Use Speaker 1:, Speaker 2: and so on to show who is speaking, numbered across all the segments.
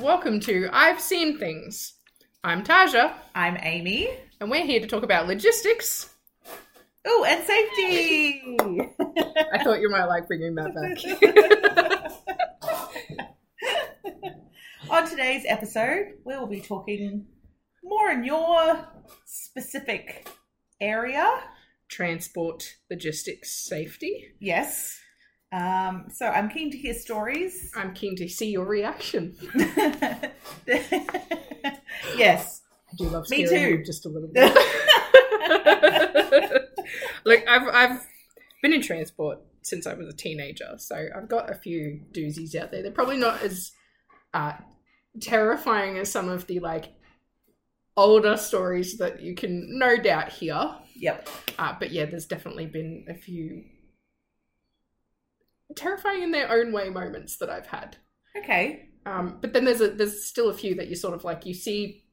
Speaker 1: welcome to I've Seen Things. I'm Taja,
Speaker 2: I'm Amy.
Speaker 1: and we're here to talk about logistics.
Speaker 2: Oh, and safety.
Speaker 1: I thought you might like bringing that back.
Speaker 2: On today's episode, we will be talking more in your specific area.
Speaker 1: Transport, logistics, safety.
Speaker 2: Yes. Um, so I'm keen to hear stories.
Speaker 1: I'm keen to see your reaction.
Speaker 2: yes.
Speaker 1: I do love
Speaker 2: Me
Speaker 1: scaring
Speaker 2: too.
Speaker 1: you just a little bit. Look, I've I've been in transport since I was a teenager, so I've got a few doozies out there. They're probably not as uh, terrifying as some of the like older stories that you can no doubt hear.
Speaker 2: Yep.
Speaker 1: Uh, but yeah, there's definitely been a few terrifying in their own way moments that I've had.
Speaker 2: Okay.
Speaker 1: Um, but then there's a there's still a few that you sort of like you see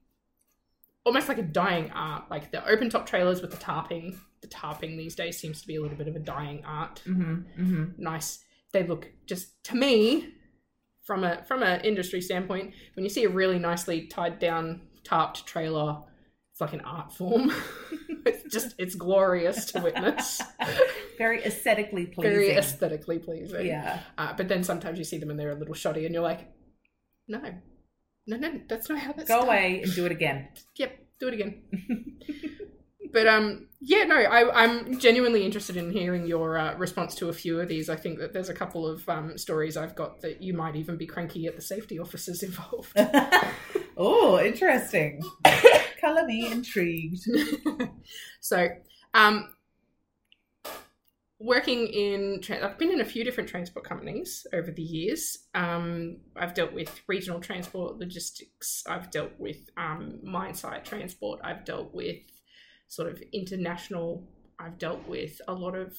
Speaker 1: almost like a dying art, like the open top trailers with the tarping. The tarping these days seems to be a little bit of a dying art.
Speaker 2: Mm-hmm. Mm-hmm.
Speaker 1: Nice. They look just to me from a from an industry standpoint, when you see a really nicely tied down tarped trailer, it's like an art form. it's just it's glorious to witness.
Speaker 2: Very aesthetically pleasing.
Speaker 1: Very aesthetically pleasing.
Speaker 2: Yeah.
Speaker 1: Uh, but then sometimes you see them and they're a little shoddy, and you're like, no, no, no, that's not how that's
Speaker 2: Go
Speaker 1: done.
Speaker 2: away and do it again.
Speaker 1: Yep, do it again. but um, yeah, no, I, I'm genuinely interested in hearing your uh, response to a few of these. I think that there's a couple of um, stories I've got that you might even be cranky at the safety officers involved.
Speaker 2: oh, interesting. Color me intrigued.
Speaker 1: so, um, working in, tran I've been in a few different transport companies over the years. Um, I've dealt with regional transport, logistics. I've dealt with um, mine site transport. I've dealt with sort of international. I've dealt with a lot of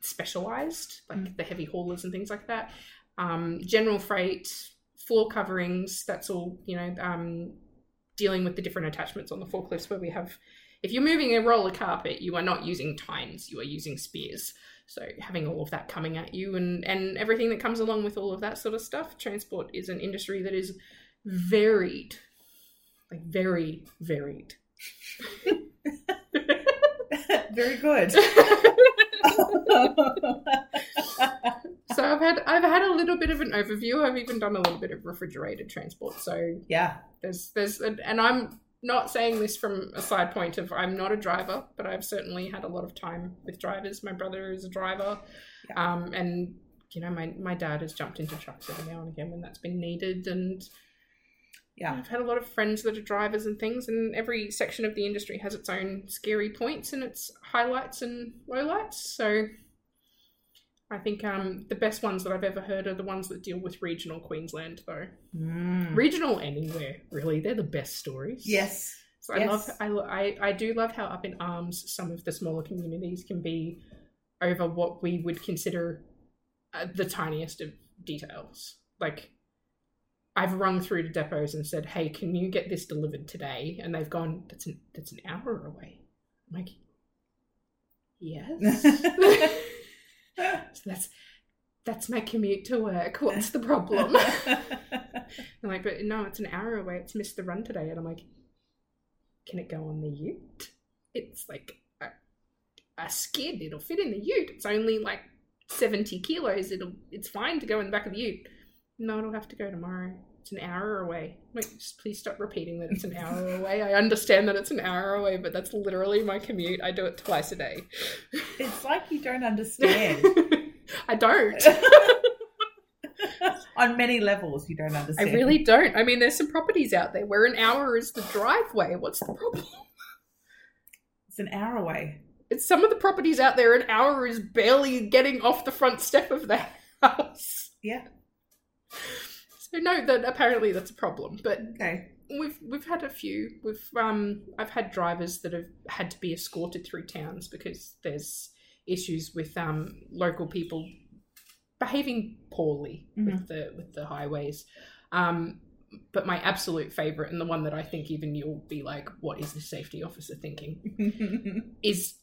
Speaker 1: specialized, like
Speaker 2: Mm.
Speaker 1: the heavy haulers and things like that. Um, general freight, floor coverings. That's all you know. Um, dealing with the different attachments on the forklifts where we have if you're moving a roller carpet, you are not using tines, you are using spears. So having all of that coming at you and, and everything that comes along with all of that sort of stuff, transport is an industry that is varied. Like very varied.
Speaker 2: Very good.
Speaker 1: So I've had I've had a little bit of an overview. I've even done a little bit of refrigerated transport. So
Speaker 2: yeah.
Speaker 1: there's there's and I'm not saying this from a side point of I'm not a driver, but I've certainly had a lot of time with drivers. My brother is a driver, um, and you know my my dad has jumped into trucks every now and again when that's been needed, and
Speaker 2: Yeah.
Speaker 1: I've had a lot of friends that are drivers and things. And every section of the industry has its own scary points and its highlights and lowlights. So. I think um, the best ones that I've ever heard are the ones that deal with regional Queensland, though
Speaker 2: Mm.
Speaker 1: regional anywhere really they're the best stories
Speaker 2: Yes.
Speaker 1: so i
Speaker 2: yes.
Speaker 1: love I, lo- I i do love how up in arms some of the smaller communities can be over what we would consider uh, the tiniest of details like i've rung through to depots and said hey can you get this delivered today and they've gone that's an that's an hour away i'm like yes so that's that's my commute to work what's the problem I'm like, but no, it's an hour away. It's missed the run today. And I'm like, can it go on the ute? It's like a, a skid. It'll fit in the ute. It's only like 70 kilos. It'll It's fine to go in the back of the ute. No, it'll have to go tomorrow. It's an hour away. I'm like, just please stop repeating that it's an hour away. I understand that it's an hour away, but that's literally my commute. I do it twice a day.
Speaker 2: it's like you don't understand.
Speaker 1: I don't.
Speaker 2: On many levels, you don't
Speaker 1: I
Speaker 2: understand.
Speaker 1: really don't. I mean, there's some properties out there where an hour is the driveway. What's the problem?
Speaker 2: It's an hour away.
Speaker 1: It's some of the properties out there, an hour is barely getting off the front step of the house.
Speaker 2: Yeah.
Speaker 1: So no, that apparently that's a problem. But
Speaker 2: Okay.
Speaker 1: we've we've had a few. We've um I've had drivers that have had to be escorted through towns because there's issues with um local people behaving poorly with the with the highways. Um but my absolute favorite and the one that I think even you'll be like, what is the safety officer thinking?
Speaker 2: okay.
Speaker 1: is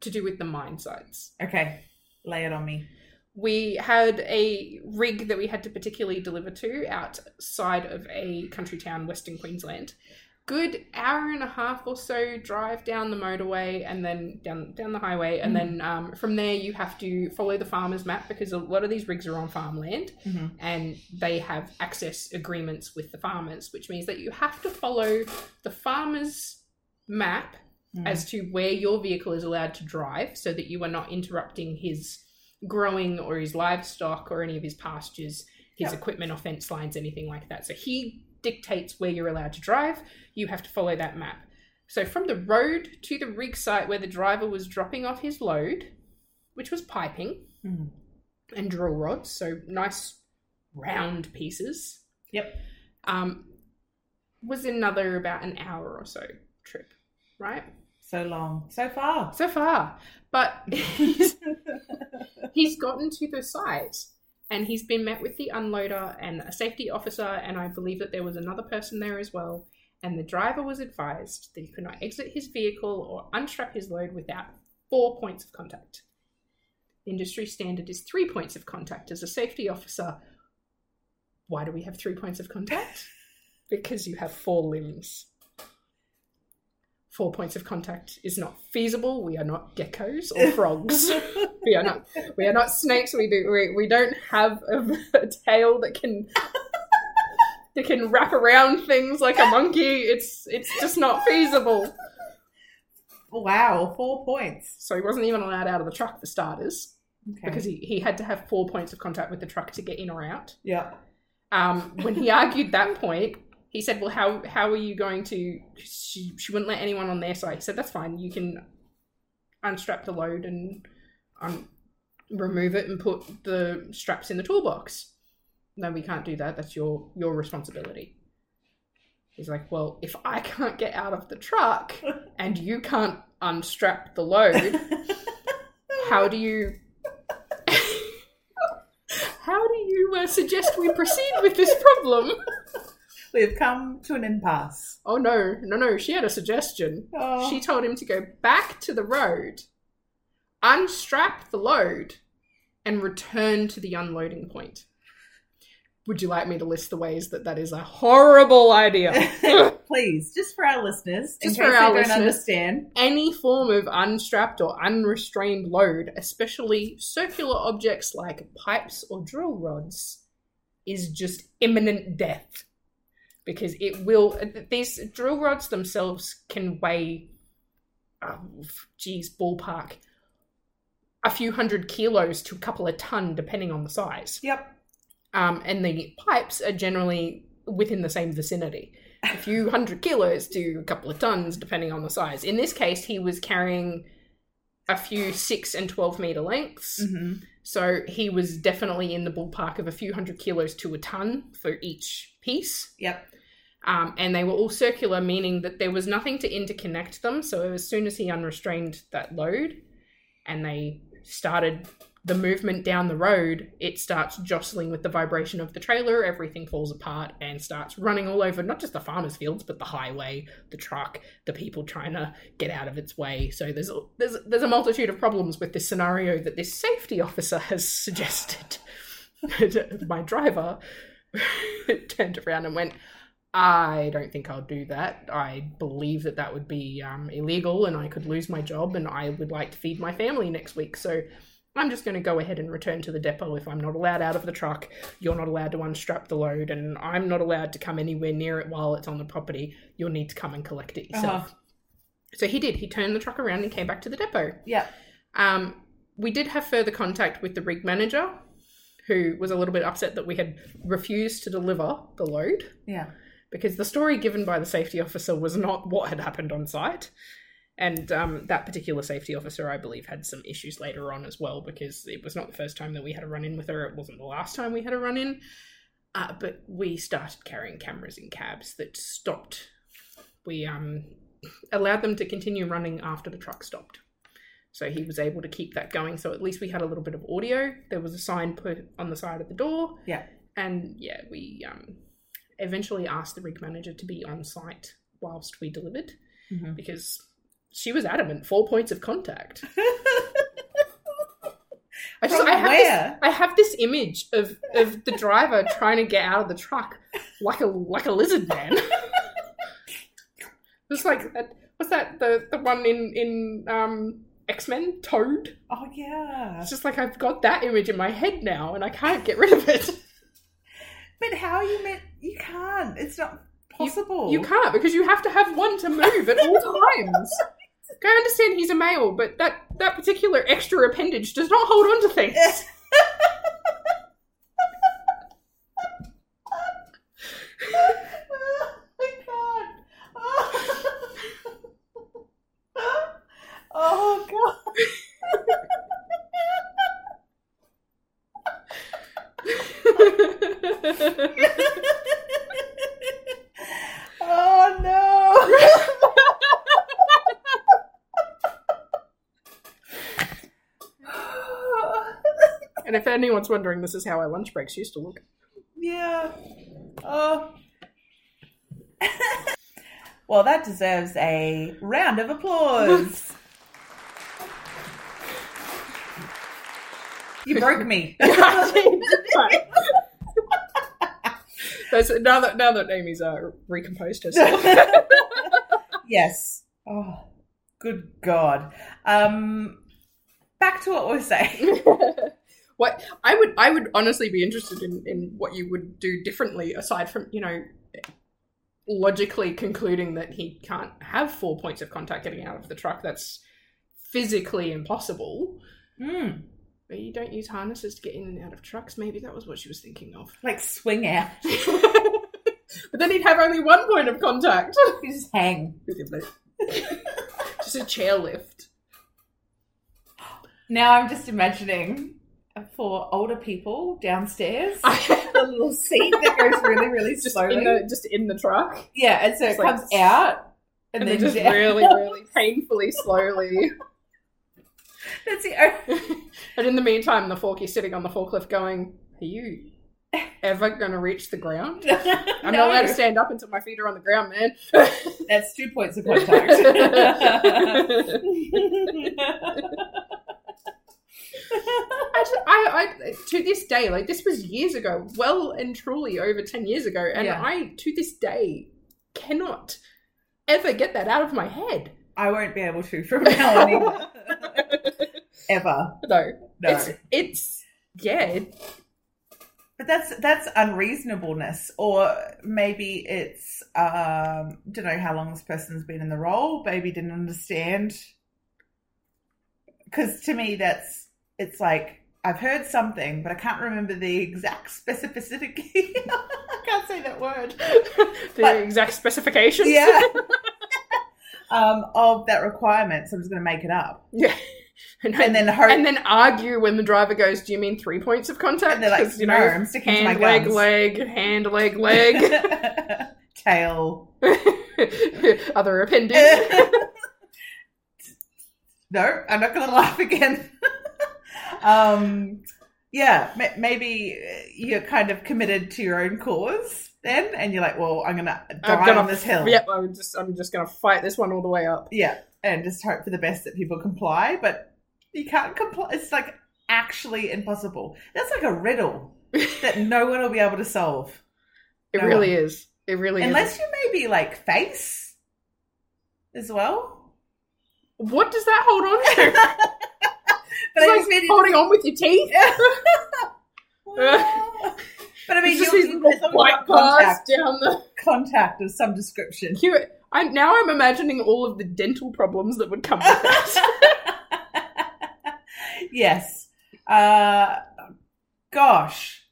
Speaker 1: to do with the mine sites.
Speaker 2: Lay it on me.
Speaker 1: we had a rig that we had to particularly deliver to outside of a country town, Western Queensland. Good hour and a half or so drive down the motorway and then down down the highway, and
Speaker 2: Mhm.
Speaker 1: then um, from there you have to follow the farmer's map because a lot of these rigs are on farmland
Speaker 2: Mhm.
Speaker 1: and they have access agreements with the farmers, which means that you have to follow the farmer's map
Speaker 2: Mm.
Speaker 1: as to where your vehicle is allowed to drive so that you are not interrupting his growing or his livestock or any of his pastures, his
Speaker 2: Yep.
Speaker 1: equipment or fence lines, anything like that. So he dictates where you're allowed to drive. You have to follow that map. So from the road to the rig site where the driver was dropping off his load, which was piping
Speaker 2: Mhm.
Speaker 1: and drill rods, so nice round pieces.
Speaker 2: Yep.
Speaker 1: Um, was another about an hour or so trip, right?
Speaker 2: so long, so far.
Speaker 1: Oh, so far. But he's, he's gotten to the site and he's been met with the unloader and a safety officer, and I believe that there was another person there as well. And the driver was advised that he could not exit his vehicle or unstrap his load without four points of contact. Industry standard is three points of contact as a safety officer. Why do we have three points of contact? Because you have four limbs four points of contact is not feasible. We are not geckos or frogs. we are not we are not snakes. We do we, we don't have a, a tail that can that can wrap around things like a monkey. It's it's just not feasible.
Speaker 2: Wow, four points.
Speaker 1: So he wasn't even allowed out of the truck for starters
Speaker 2: Okay.
Speaker 1: because he, he had to have four points of contact with the truck to get in or out.
Speaker 2: yeah.
Speaker 1: Um, when he argued that point, he said, "Well, how how are you going to?" She, she wouldn't let anyone on their side. He said, "That's fine. You can unstrap the load and um, remove it and put the straps in the toolbox." No, we can't do that. That's your your responsibility. He's like, "Well, if I can't get out of the truck and you can't unstrap the load, how do you how do you uh, suggest we proceed with this problem
Speaker 2: We've come to an impasse.
Speaker 1: oh no no no she had a suggestion
Speaker 2: Oh.
Speaker 1: she told him to go back to the road unstrap the load and return to the unloading point would you like me to list the ways that that is a horrible idea
Speaker 2: Please, just for our listeners,
Speaker 1: Just
Speaker 2: in case
Speaker 1: for our
Speaker 2: they
Speaker 1: listeners.
Speaker 2: don't understand.
Speaker 1: any form of unstrapped or unrestrained load, especially circular objects like pipes or drill rods, is just imminent death because it will. These drill rods themselves can weigh, um, geez, ballpark, a few hundred kilos to a couple of ton, depending on the size
Speaker 2: Yep.
Speaker 1: um, and the pipes are generally within the same vicinity a few hundred kilos to a couple of tons depending on the size in this case he was carrying a few six and 12 meter lengths
Speaker 2: hmm
Speaker 1: so he was definitely in the ballpark of a few hundred kilos to a ton for each piece
Speaker 2: Yep.
Speaker 1: um, and they were all circular meaning that there was nothing to interconnect them so as soon as he unrestrained that load and they started the movement down the road, it starts jostling with the vibration of the trailer. Everything falls apart and starts running all over not just the farmers' fields, but the highway, the truck, the people trying to get out of its way. So there's a, there's there's a multitude of problems with this scenario that this safety officer has suggested. And My driver turned around and went. I don't think I'll do that. I believe that that would be um, illegal and I could lose my job and I would like to feed my family next week. So I'm just going to go ahead and return to the depot if I'm not allowed out of the truck. You're not allowed to unstrap the load and I'm not allowed to come anywhere near it while it's on the property. You'll need to come and collect it yourself.
Speaker 2: Uh-huh.
Speaker 1: So he did. He turned the truck around and came back to the depot.
Speaker 2: Yep.
Speaker 1: Um, we did have further contact with the rig manager who was a little bit upset that we had refused to deliver the load
Speaker 2: Yeah.
Speaker 1: because the story given by the safety officer was not what had happened on site. And um, that particular safety officer, I believe, had some issues later on as well because it was not the first time that we had a run in with her. It wasn't the last time we had a run in. Uh, but we started carrying cameras in cabs that stopped. We um, allowed them to continue running after the truck stopped. So he was able to keep that going. So at least we had a little bit of audio. There was a sign put on the side of the door.
Speaker 2: Yeah.
Speaker 1: And yeah, we um, eventually asked the rig manager to be on site whilst we delivered
Speaker 2: Mhm.
Speaker 1: because she was adamant four points of contact. I just
Speaker 2: From
Speaker 1: I have
Speaker 2: aware.
Speaker 1: I have this image of, of the driver trying to get out of the truck like a like a lizard man. it's like that, what's that the the one in in um, X Men Toad.
Speaker 2: Oh yeah.
Speaker 1: It's just like I've got that image in my head now, and I can't get rid of it.
Speaker 2: But how you meant you can't. It's not possible.
Speaker 1: You can't because you have to have one to move at all times. Like, I understand he's a male, but that that particular extra appendage does not hold on to things.
Speaker 2: I can't. Oh. oh god. Oh no.
Speaker 1: and if anyone's wondering, this is how our lunch breaks used to look.
Speaker 2: yeah. Oh. well, that deserves a round of applause. you broke me.
Speaker 1: That's, now that now that Amy's uh, recomposed herself,
Speaker 2: yes. Oh, good God. Um, back to what we we're saying.
Speaker 1: what I would I would honestly be interested in in what you would do differently aside from you know logically concluding that he can't have four points of contact getting out of the truck. That's physically impossible.
Speaker 2: Hmm.
Speaker 1: But you don't use harnesses to get in and out of trucks. Maybe that was what she was thinking of.
Speaker 2: Like swing out.
Speaker 1: but then he'd have only one point of contact.
Speaker 2: You just hang.
Speaker 1: Just a chairlift.
Speaker 2: Now I'm just imagining for older people downstairs a little seat that goes really, really
Speaker 1: just
Speaker 2: slowly.
Speaker 1: in the just in the truck,
Speaker 2: yeah, and so it
Speaker 1: It's like-
Speaker 2: comes out and,
Speaker 1: and,
Speaker 2: then
Speaker 1: then just
Speaker 2: down.
Speaker 1: really, really painfully slowly.
Speaker 2: That's the only-
Speaker 1: and in the meantime, the fork is sitting on the forklift, going, "Are you ever going to reach the ground? I'm
Speaker 2: No.
Speaker 1: not allowed to stand up until my feet are on the ground, man."
Speaker 2: That's two points of contact.
Speaker 1: I, just- I, I, to this day, like this was years ago, well and truly over 10 years ago, and
Speaker 2: Yeah.
Speaker 1: I, to this day, cannot ever get that out of my head.
Speaker 2: I won't be able to from now on either. ever.
Speaker 1: No,
Speaker 2: No.
Speaker 1: it's, it's, yeah, it,
Speaker 2: But that's that's unreasonableness, or maybe it's um, don't know how long this person's been in the role. Maybe didn't understand. Because to me, that's it's like I've heard something, but I can't remember the exact specificity. I can't say that word.
Speaker 1: the
Speaker 2: But-
Speaker 1: exact specifications.
Speaker 2: Yeah. um, of that requirement, so I'm just going to make it up,
Speaker 1: Yeah. And,
Speaker 2: and then hope.
Speaker 1: and then argue when the driver goes, Do you mean three points of contact?
Speaker 2: and they're like,
Speaker 1: 'Cause, you
Speaker 2: no,
Speaker 1: know,
Speaker 2: I'm sticking to my
Speaker 1: hand, leg,
Speaker 2: guns.
Speaker 1: leg, hand, leg, leg,
Speaker 2: tail.
Speaker 1: other appendage.
Speaker 2: no, I'm not going to laugh again. um, yeah, ma- maybe you're kind of committed to your own cause then, and you're like, well, I'm going to die
Speaker 1: gonna-
Speaker 2: on this hill.
Speaker 1: yep, I'm just, I'm just going to fight this one all the way up.
Speaker 2: Yeah, and just hope for the best that people comply, but you can't comply. It's like actually impossible. That's like a riddle that no one will be able to solve.
Speaker 1: It
Speaker 2: No
Speaker 1: really is. It really is.
Speaker 2: Unless you maybe like face as well.
Speaker 1: What does that hold on to?
Speaker 2: But I
Speaker 1: It's
Speaker 2: just
Speaker 1: like
Speaker 2: mean
Speaker 1: holding on with your teeth.
Speaker 2: but I mean,
Speaker 1: it's just
Speaker 2: you'll-
Speaker 1: these little
Speaker 2: as long as
Speaker 1: white
Speaker 2: you've got
Speaker 1: bars
Speaker 2: contact,
Speaker 1: down the.
Speaker 2: contact of some description.
Speaker 1: Cute. I, now I'm imagining all of the dental problems that would come with that.
Speaker 2: yes. Uh, gosh.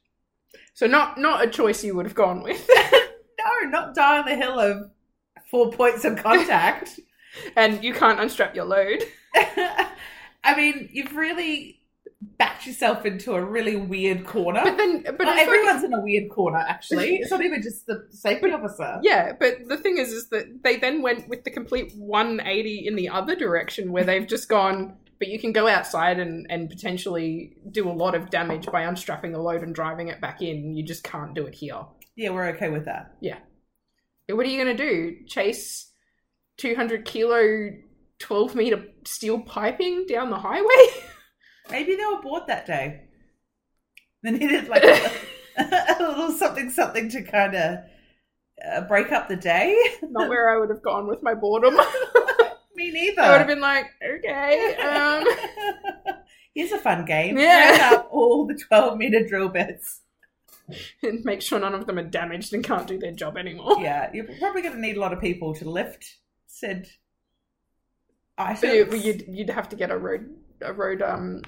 Speaker 1: so not not a choice you would have gone with.
Speaker 2: No, not die on the hill of four points of contact.
Speaker 1: And you can't unstrap your load.
Speaker 2: I mean, you've really backed yourself into a really weird corner.
Speaker 1: But then, but
Speaker 2: Well,
Speaker 1: it's like-
Speaker 2: everyone's in a weird corner, actually. It's not even just the safety officer.
Speaker 1: yeah. But the thing is, is that they then went with the complete 180 in the other direction, where they've just gone. But you can go outside and, and potentially do a lot of damage by unstrapping the load and driving it back in. You just can't do it here.
Speaker 2: Yeah, we're okay with that.
Speaker 1: What are you going to do? Chase 200 kilo, 12 meter steel piping down the highway?
Speaker 2: Maybe they were bored that day. They needed like a, a little something something to kind of uh, break up the day.
Speaker 1: Not where I would have gone with my boredom.
Speaker 2: Me neither.
Speaker 1: I would have been like, okay, um,
Speaker 2: Here's a fun game.
Speaker 1: Yeah.
Speaker 2: Round up all the 12 meter drill bits.
Speaker 1: and make sure none of them are damaged and can't do their job anymore.
Speaker 2: Yeah, you're probably going to need a lot of people to lift said
Speaker 1: So you,
Speaker 2: items.
Speaker 1: well, you'd you'd have to get a road a road um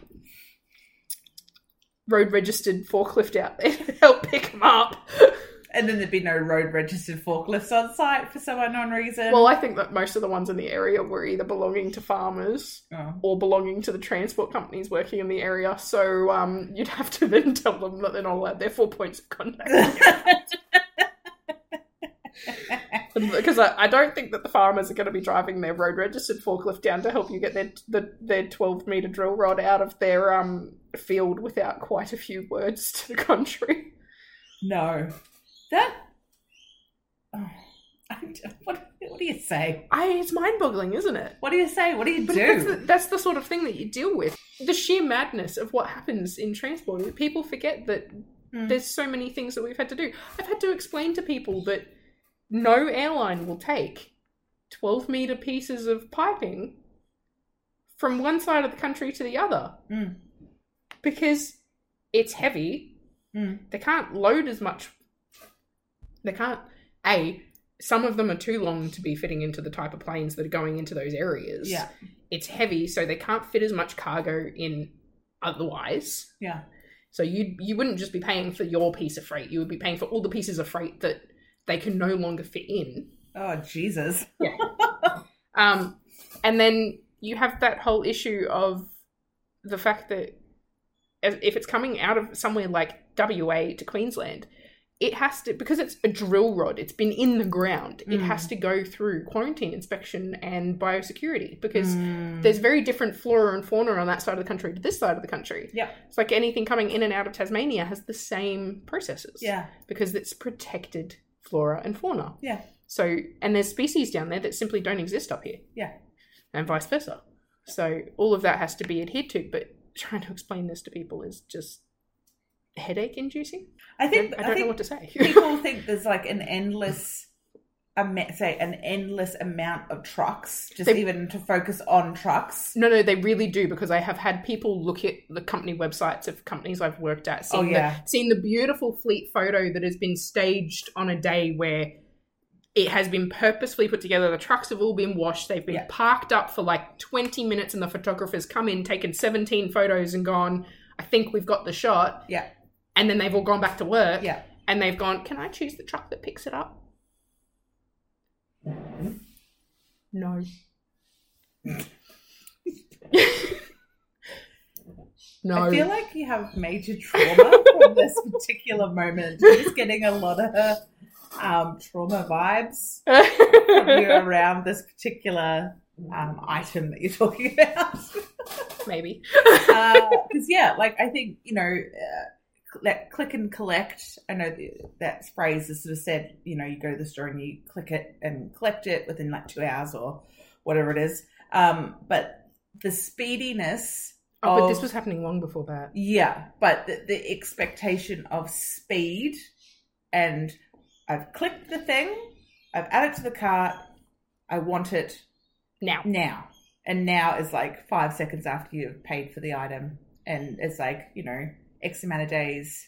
Speaker 1: road registered forklift out there to help pick them up.
Speaker 2: And then there'd be no road registered forklifts on site for some unknown reason.
Speaker 1: Well, I think that most of the ones in the area were either belonging to farmers
Speaker 2: oh.
Speaker 1: or belonging to the transport companies working in the area. So um, you'd have to then tell them that they're not allowed their four points of
Speaker 2: Oh.
Speaker 1: contact because I, I don't think that the farmers are going to be driving their road registered forklift down to help you get their the, their twelve meter drill rod out of their um field without quite a few words to the contrary.
Speaker 2: no. That. Oh. I- What, what do you say?
Speaker 1: I it's mind boggling, isn't it?
Speaker 2: What do you say? What do you
Speaker 1: But that's the,
Speaker 2: do?
Speaker 1: that's the sort of thing that you deal with. The sheer madness of what happens in transport. is People forget that
Speaker 2: Mm.
Speaker 1: there's so many things that we've had to do. I've had to explain to people that no airline will take 12 meter pieces of piping from one side of the country to the other
Speaker 2: Mm.
Speaker 1: because it's heavy.
Speaker 2: Mm.
Speaker 1: They can't load as much. They can't. A, some of them are too long to be fitting into the type of planes that are going into those areas
Speaker 2: Yeah,
Speaker 1: it's heavy, so they can't fit as much cargo in otherwise.
Speaker 2: yeah,
Speaker 1: So you you wouldn't just be paying for your piece of freight; you would be paying for all the pieces of freight that they can no longer fit in.
Speaker 2: Oh Jesus!
Speaker 1: Um, and then you have that whole issue of the fact that if if it's coming out of somewhere like WA to Queensland, it has to because it's a drill rod. It's been in the ground. It
Speaker 2: Mm.
Speaker 1: has to go through quarantine inspection and biosecurity because
Speaker 2: Mm.
Speaker 1: there's very different flora and fauna on that side of the country to this side of the country.
Speaker 2: Yep.
Speaker 1: It's like anything coming in and out of Tasmania has the same processes.
Speaker 2: yeah,
Speaker 1: Because it's protected flora and fauna.
Speaker 2: Yeah.
Speaker 1: So and there's species down there that simply don't exist up here.
Speaker 2: Yeah.
Speaker 1: And vice versa. So all of that has to be adhered to, but trying to explain this to people is just headache inducing.
Speaker 2: I think
Speaker 1: I
Speaker 2: I,
Speaker 1: don't know
Speaker 2: think
Speaker 1: what to say.
Speaker 2: people think there's like an endless, ama- say an endless amount of trucks. Just
Speaker 1: They-
Speaker 2: even to focus on trucks.
Speaker 1: No, no, they really do because I have had people look at the company websites of companies I've worked at,
Speaker 2: Oh,
Speaker 1: seen,
Speaker 2: yeah.
Speaker 1: the, seen the beautiful fleet photo that has been staged on a day where it has been purposefully put together. The trucks have all been washed. They've been
Speaker 2: Yeah.
Speaker 1: parked up for like 20 minutes, and the photographer's come in, taken 17 photos, and gone, I think we've got the shot.
Speaker 2: Yeah.
Speaker 1: And then they've all gone back to work.
Speaker 2: Yeah.
Speaker 1: And they've gone, Can I choose the truck that picks it up? No. no.
Speaker 2: I feel like you have major trauma from this particular moment. You're just getting a lot of um, trauma vibes when you're around this particular um, item that you're talking about.
Speaker 1: Maybe.
Speaker 2: because yeah, like I think you know uh, that click and collect. I know th- that phrase is sort of said. You know, you go to the store and you click it and collect it within like two hours or whatever it is. Um, but the speediness.
Speaker 1: Oh, but
Speaker 2: of,
Speaker 1: this was happening long before that.
Speaker 2: yeah, but the, the expectation of speed and I've clicked the thing, I've added to the cart, I want it
Speaker 1: Now.
Speaker 2: now. And now is like five seconds after you've paid for the item. And it's like, you know, X amount of days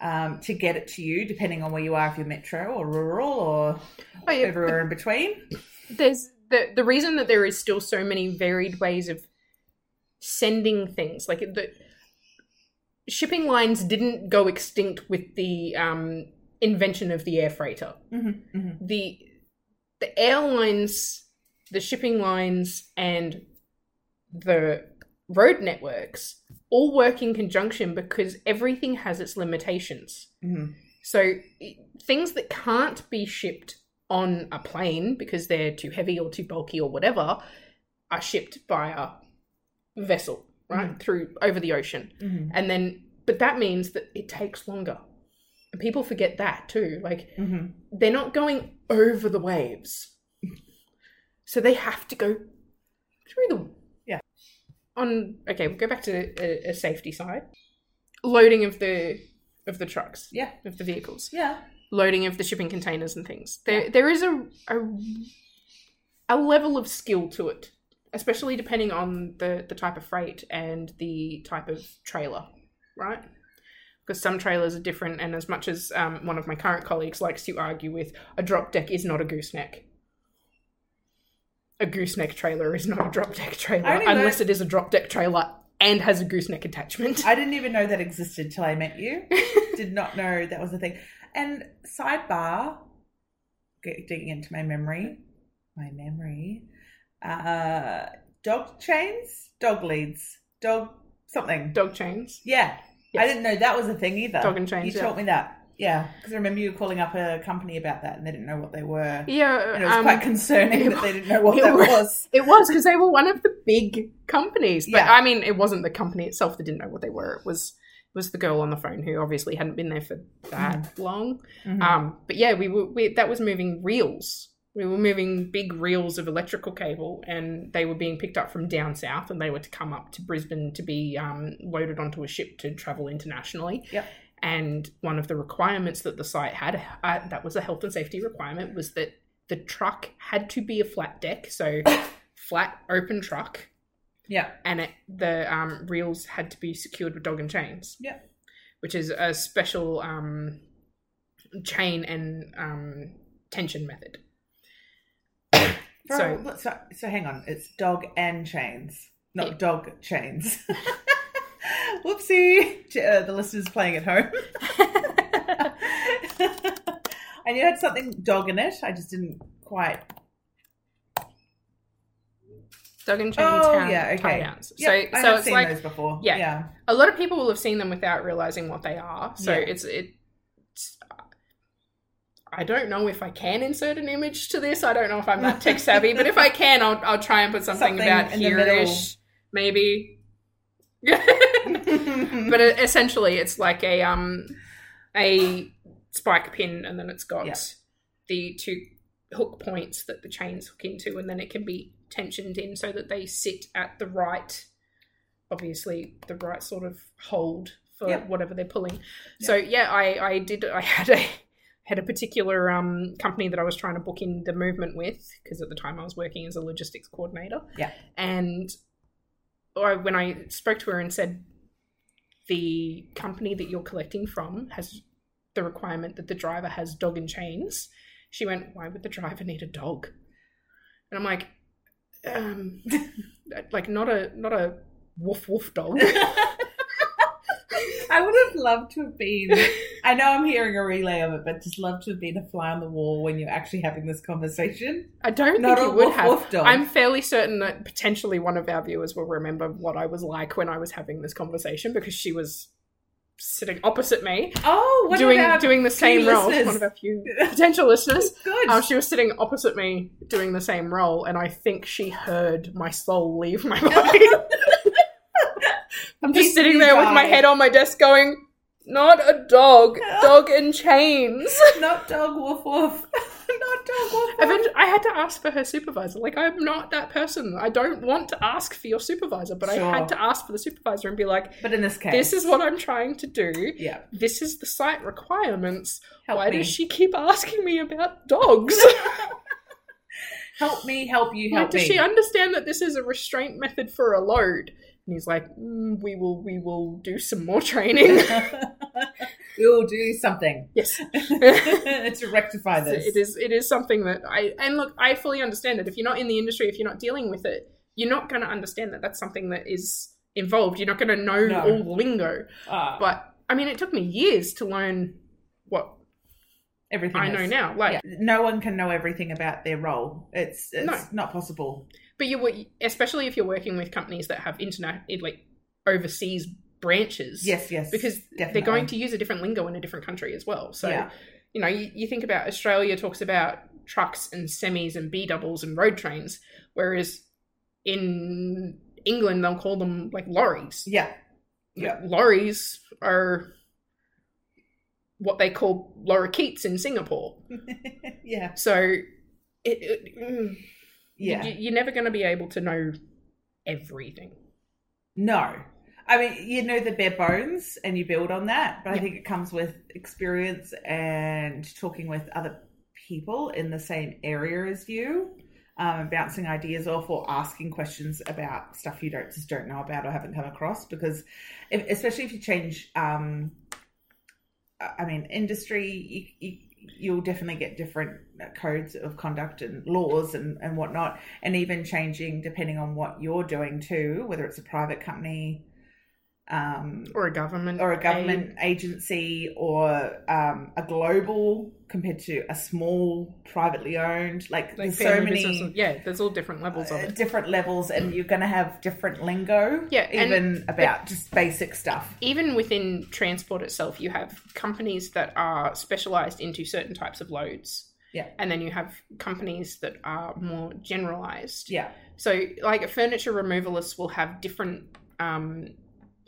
Speaker 2: um, to get it to you, depending on where you are, if you're metro or rural or
Speaker 1: Oh, yeah,
Speaker 2: everywhere in between.
Speaker 1: there's the the reason that there is still so many varied ways of sending things like the shipping lines didn't go extinct with the um, invention of the air freighter
Speaker 2: Mm-hmm, mm-hmm.
Speaker 1: the the airlines the shipping lines and the road networks all work in conjunction because everything has its limitations
Speaker 2: Mm-hmm.
Speaker 1: so i- things that can't be shipped on a plane because they're too heavy or too bulky or whatever are shipped via vessel, right? Through over the ocean.
Speaker 2: Mm-hmm.
Speaker 1: And then but that means that it takes longer. And people forget that too. Like
Speaker 2: Mm-hmm.
Speaker 1: they're not going over the waves. So they have to go through them.
Speaker 2: Yeah.
Speaker 1: On okay, we'll go back to a, a safety uh, side. loading of the of the trucks,
Speaker 2: Yeah.
Speaker 1: of the vehicles,
Speaker 2: Yeah.
Speaker 1: loading of the shipping containers and things. There there is a, a a level of skill to it, especially depending on the the type of freight and the type of trailer, right? Because some trailers are different, and as much as um, one of my current colleagues likes to argue with, a drop deck is not a gooseneck. A gooseneck trailer is not a drop deck trailer
Speaker 2: I only
Speaker 1: unless it is a drop deck trailer and has a gooseneck attachment.
Speaker 2: I didn't even know that existed till I met you. Did not know that was a thing. And sidebar, get, digging into my memory, my memory, uh, dog chains, dog leads, dog something.
Speaker 1: Dog chains.
Speaker 2: Yeah, I
Speaker 1: Yes.
Speaker 2: didn't know that was a thing either.
Speaker 1: Dog and chains,
Speaker 2: You
Speaker 1: yeah.
Speaker 2: taught me that. Yeah, because I remember you were calling up a company about that, and they didn't know what they were.
Speaker 1: Yeah,
Speaker 2: And it was
Speaker 1: um,
Speaker 2: quite concerning
Speaker 1: it
Speaker 2: that they didn't know what
Speaker 1: it
Speaker 2: that
Speaker 1: was-
Speaker 2: was.
Speaker 1: It was because they were one of the big companies. But
Speaker 2: Yeah.
Speaker 1: I mean, it wasn't the company itself that didn't know what they were. It was it was the girl on the phone who obviously hadn't been there for that long.
Speaker 2: Mhm.
Speaker 1: Um, but yeah, we were we, that was moving reels. We were moving big reels of electrical cable, and they were being picked up from down south, and they were to come up to Brisbane to be um, loaded onto a ship to travel internationally.
Speaker 2: Yep.
Speaker 1: And one of the requirements that the site had, uh, that was a health and safety requirement, was that the truck had to be a flat deck, so flat open truck,
Speaker 2: yeah,
Speaker 1: and it, the um, reels had to be secured with dog and chains.
Speaker 2: Yep.
Speaker 1: Which is a special um, chain and um, tension method.
Speaker 2: so,
Speaker 1: So-
Speaker 2: so so hang on, it's dog and chains, not
Speaker 1: Yeah.
Speaker 2: dog chains. Whoopsie! To, uh, the listeners playing at home. I knew it had something dog in it. I just didn't quite.
Speaker 1: Dog and chains.
Speaker 2: Oh
Speaker 1: hand-
Speaker 2: yeah, okay.
Speaker 1: tie-downs.
Speaker 2: Yep, I
Speaker 1: so so
Speaker 2: have
Speaker 1: it's
Speaker 2: seen
Speaker 1: like
Speaker 2: those before.
Speaker 1: yeah.
Speaker 2: yeah,
Speaker 1: a lot of people will have seen them without realizing what they are. So
Speaker 2: Yeah.
Speaker 1: it's it. it's- I don't know if I can insert an image to this. I don't know if I'm that tech savvy, but if I can, I'll, I'll try and put something,
Speaker 2: Something
Speaker 1: about
Speaker 2: in the middle.
Speaker 1: here-ish, maybe.
Speaker 2: but
Speaker 1: but it, essentially, it's like a um a spike pin, and then it's got
Speaker 2: Yeah.
Speaker 1: the two hook points that the chains hook into, and then it can be tensioned in so that they sit at the right, obviously the right sort of hold for
Speaker 2: Yep.
Speaker 1: whatever they're pulling. So yeah, I I did I had a had a particular um, company that I was trying to book in the movement with because at the time I was working as a logistics coordinator.
Speaker 2: Yeah.
Speaker 1: and I, when I spoke to her and said the company that you're collecting from has the requirement that the driver has dog and chains, she went, "Why would the driver need a dog?" And I'm like, um, like not a not a woof woof dog.
Speaker 2: I would have loved to have been. I know I'm hearing a relay of it, but just love to have been a fly on the wall when you're actually having this conversation.
Speaker 1: I don't
Speaker 2: Not
Speaker 1: think
Speaker 2: a
Speaker 1: it would
Speaker 2: woof
Speaker 1: have.
Speaker 2: woof dog.
Speaker 1: I'm fairly certain that potentially one of our viewers will remember what I was like when I was having this conversation because she was sitting opposite me,
Speaker 2: oh, what
Speaker 1: doing
Speaker 2: about
Speaker 1: doing the same role.
Speaker 2: listeners?
Speaker 1: One of our few potential listeners.
Speaker 2: good?
Speaker 1: Um, she was sitting opposite me doing the same role, and I think she heard my soul leave my body. I'm just
Speaker 2: Please
Speaker 1: sitting
Speaker 2: do
Speaker 1: there with
Speaker 2: die.
Speaker 1: my head on my desk, going, "Not a dog, dog in chains."
Speaker 2: Not dog woof woof. Not dog woof woof.
Speaker 1: Eventually, I had to ask for her supervisor. Like, I'm not that person. I don't want to ask for your supervisor, but
Speaker 2: Sure.
Speaker 1: I had to ask for the supervisor and be like,
Speaker 2: But in this case,
Speaker 1: this is what I'm trying to do.
Speaker 2: yeah.
Speaker 1: This is the site requirements.
Speaker 2: Help
Speaker 1: Why
Speaker 2: me.
Speaker 1: does she keep asking me about dogs?
Speaker 2: help me, help you,
Speaker 1: like,
Speaker 2: help
Speaker 1: does
Speaker 2: me.
Speaker 1: she understand that this is a restraint method for a load? And he's like, "Mm, we will, we will do some more training.
Speaker 2: we'll do something
Speaker 1: yes,
Speaker 2: to rectify
Speaker 1: So
Speaker 2: this.
Speaker 1: It is it is something that I and look, I fully understand that if you're not in the industry, if you're not dealing with it, you're not going to understand that that's something that is involved. You're not going to know
Speaker 2: No.
Speaker 1: all the lingo.
Speaker 2: Ah,
Speaker 1: But I mean, it took me years to learn what
Speaker 2: everything
Speaker 1: I know
Speaker 2: is-
Speaker 1: now. Like,
Speaker 2: Yeah. No one can know everything about their role. It's, it's
Speaker 1: No.
Speaker 2: not possible.
Speaker 1: but you would- especially if you're working with companies that have internet like overseas branches.
Speaker 2: Yes, yes.
Speaker 1: Because
Speaker 2: definitely.
Speaker 1: they're going to use a different lingo in a different country as well. So,
Speaker 2: Yeah.
Speaker 1: you know, you, you think about Australia talks about trucks and semis and B doubles and road trains, whereas in England they'll call them like lorries.
Speaker 2: Yeah. Yeah.
Speaker 1: Lorries are what they call lorikeets in Singapore.
Speaker 2: yeah.
Speaker 1: So, it, it- mm,
Speaker 2: Yeah.
Speaker 1: you, you're never going to be able to know everything.
Speaker 2: No. I mean, you know the bare bones and you build on that, but I
Speaker 1: Yeah.
Speaker 2: think it comes with experience and talking with other people in the same area as you, um, and bouncing ideas off or asking questions about stuff you don't just don't know about or haven't come across. Because, if, especially if you change, um, I I mean, industry, you, you, you'll definitely get different codes of conduct and laws and, and whatnot and even changing depending on what you're doing too, whether it's a private company um,
Speaker 1: or a government
Speaker 2: or a government agency or um, a global compared to a small privately owned. Like,
Speaker 1: aid, like
Speaker 2: there's so
Speaker 1: family
Speaker 2: many
Speaker 1: business- yeah there's all different levels of
Speaker 2: uh,
Speaker 1: it
Speaker 2: different levels, and you're going to have different lingo,
Speaker 1: Yeah, and-
Speaker 2: even about just basic stuff.
Speaker 1: even within transport itself you have companies that are specialized into certain types of loads
Speaker 2: Yeah.
Speaker 1: and then you have companies that are more generalized
Speaker 2: Yeah,
Speaker 1: So, like, furniture removalists will have different um,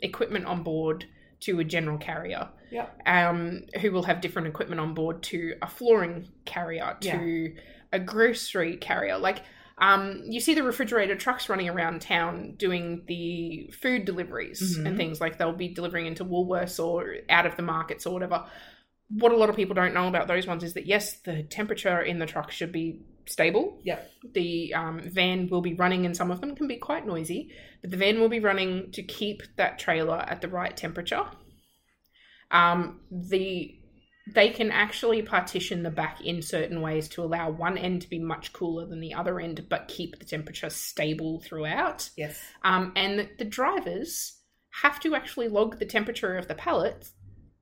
Speaker 1: equipment on board to a general carrier.
Speaker 2: Yep.
Speaker 1: Um, who will have different equipment on board to a flooring carrier, to a grocery carrier. Like, um, you see the refrigerator trucks running around town doing the food deliveries
Speaker 2: Mhm.
Speaker 1: and things like they'll be delivering into Woolworths or out of the markets or whatever. What a lot of people don't know about those ones is that yes, the temperature in the truck should be stable the um, van will be running, and some of them can be quite noisy, but the van will be running to keep that trailer at the right temperature. Um, the they can actually partition the back in certain ways to allow one end to be much cooler than the other end, but keep the temperature stable throughout.
Speaker 2: yes,
Speaker 1: Um, and the drivers have to actually log the temperature of the pallets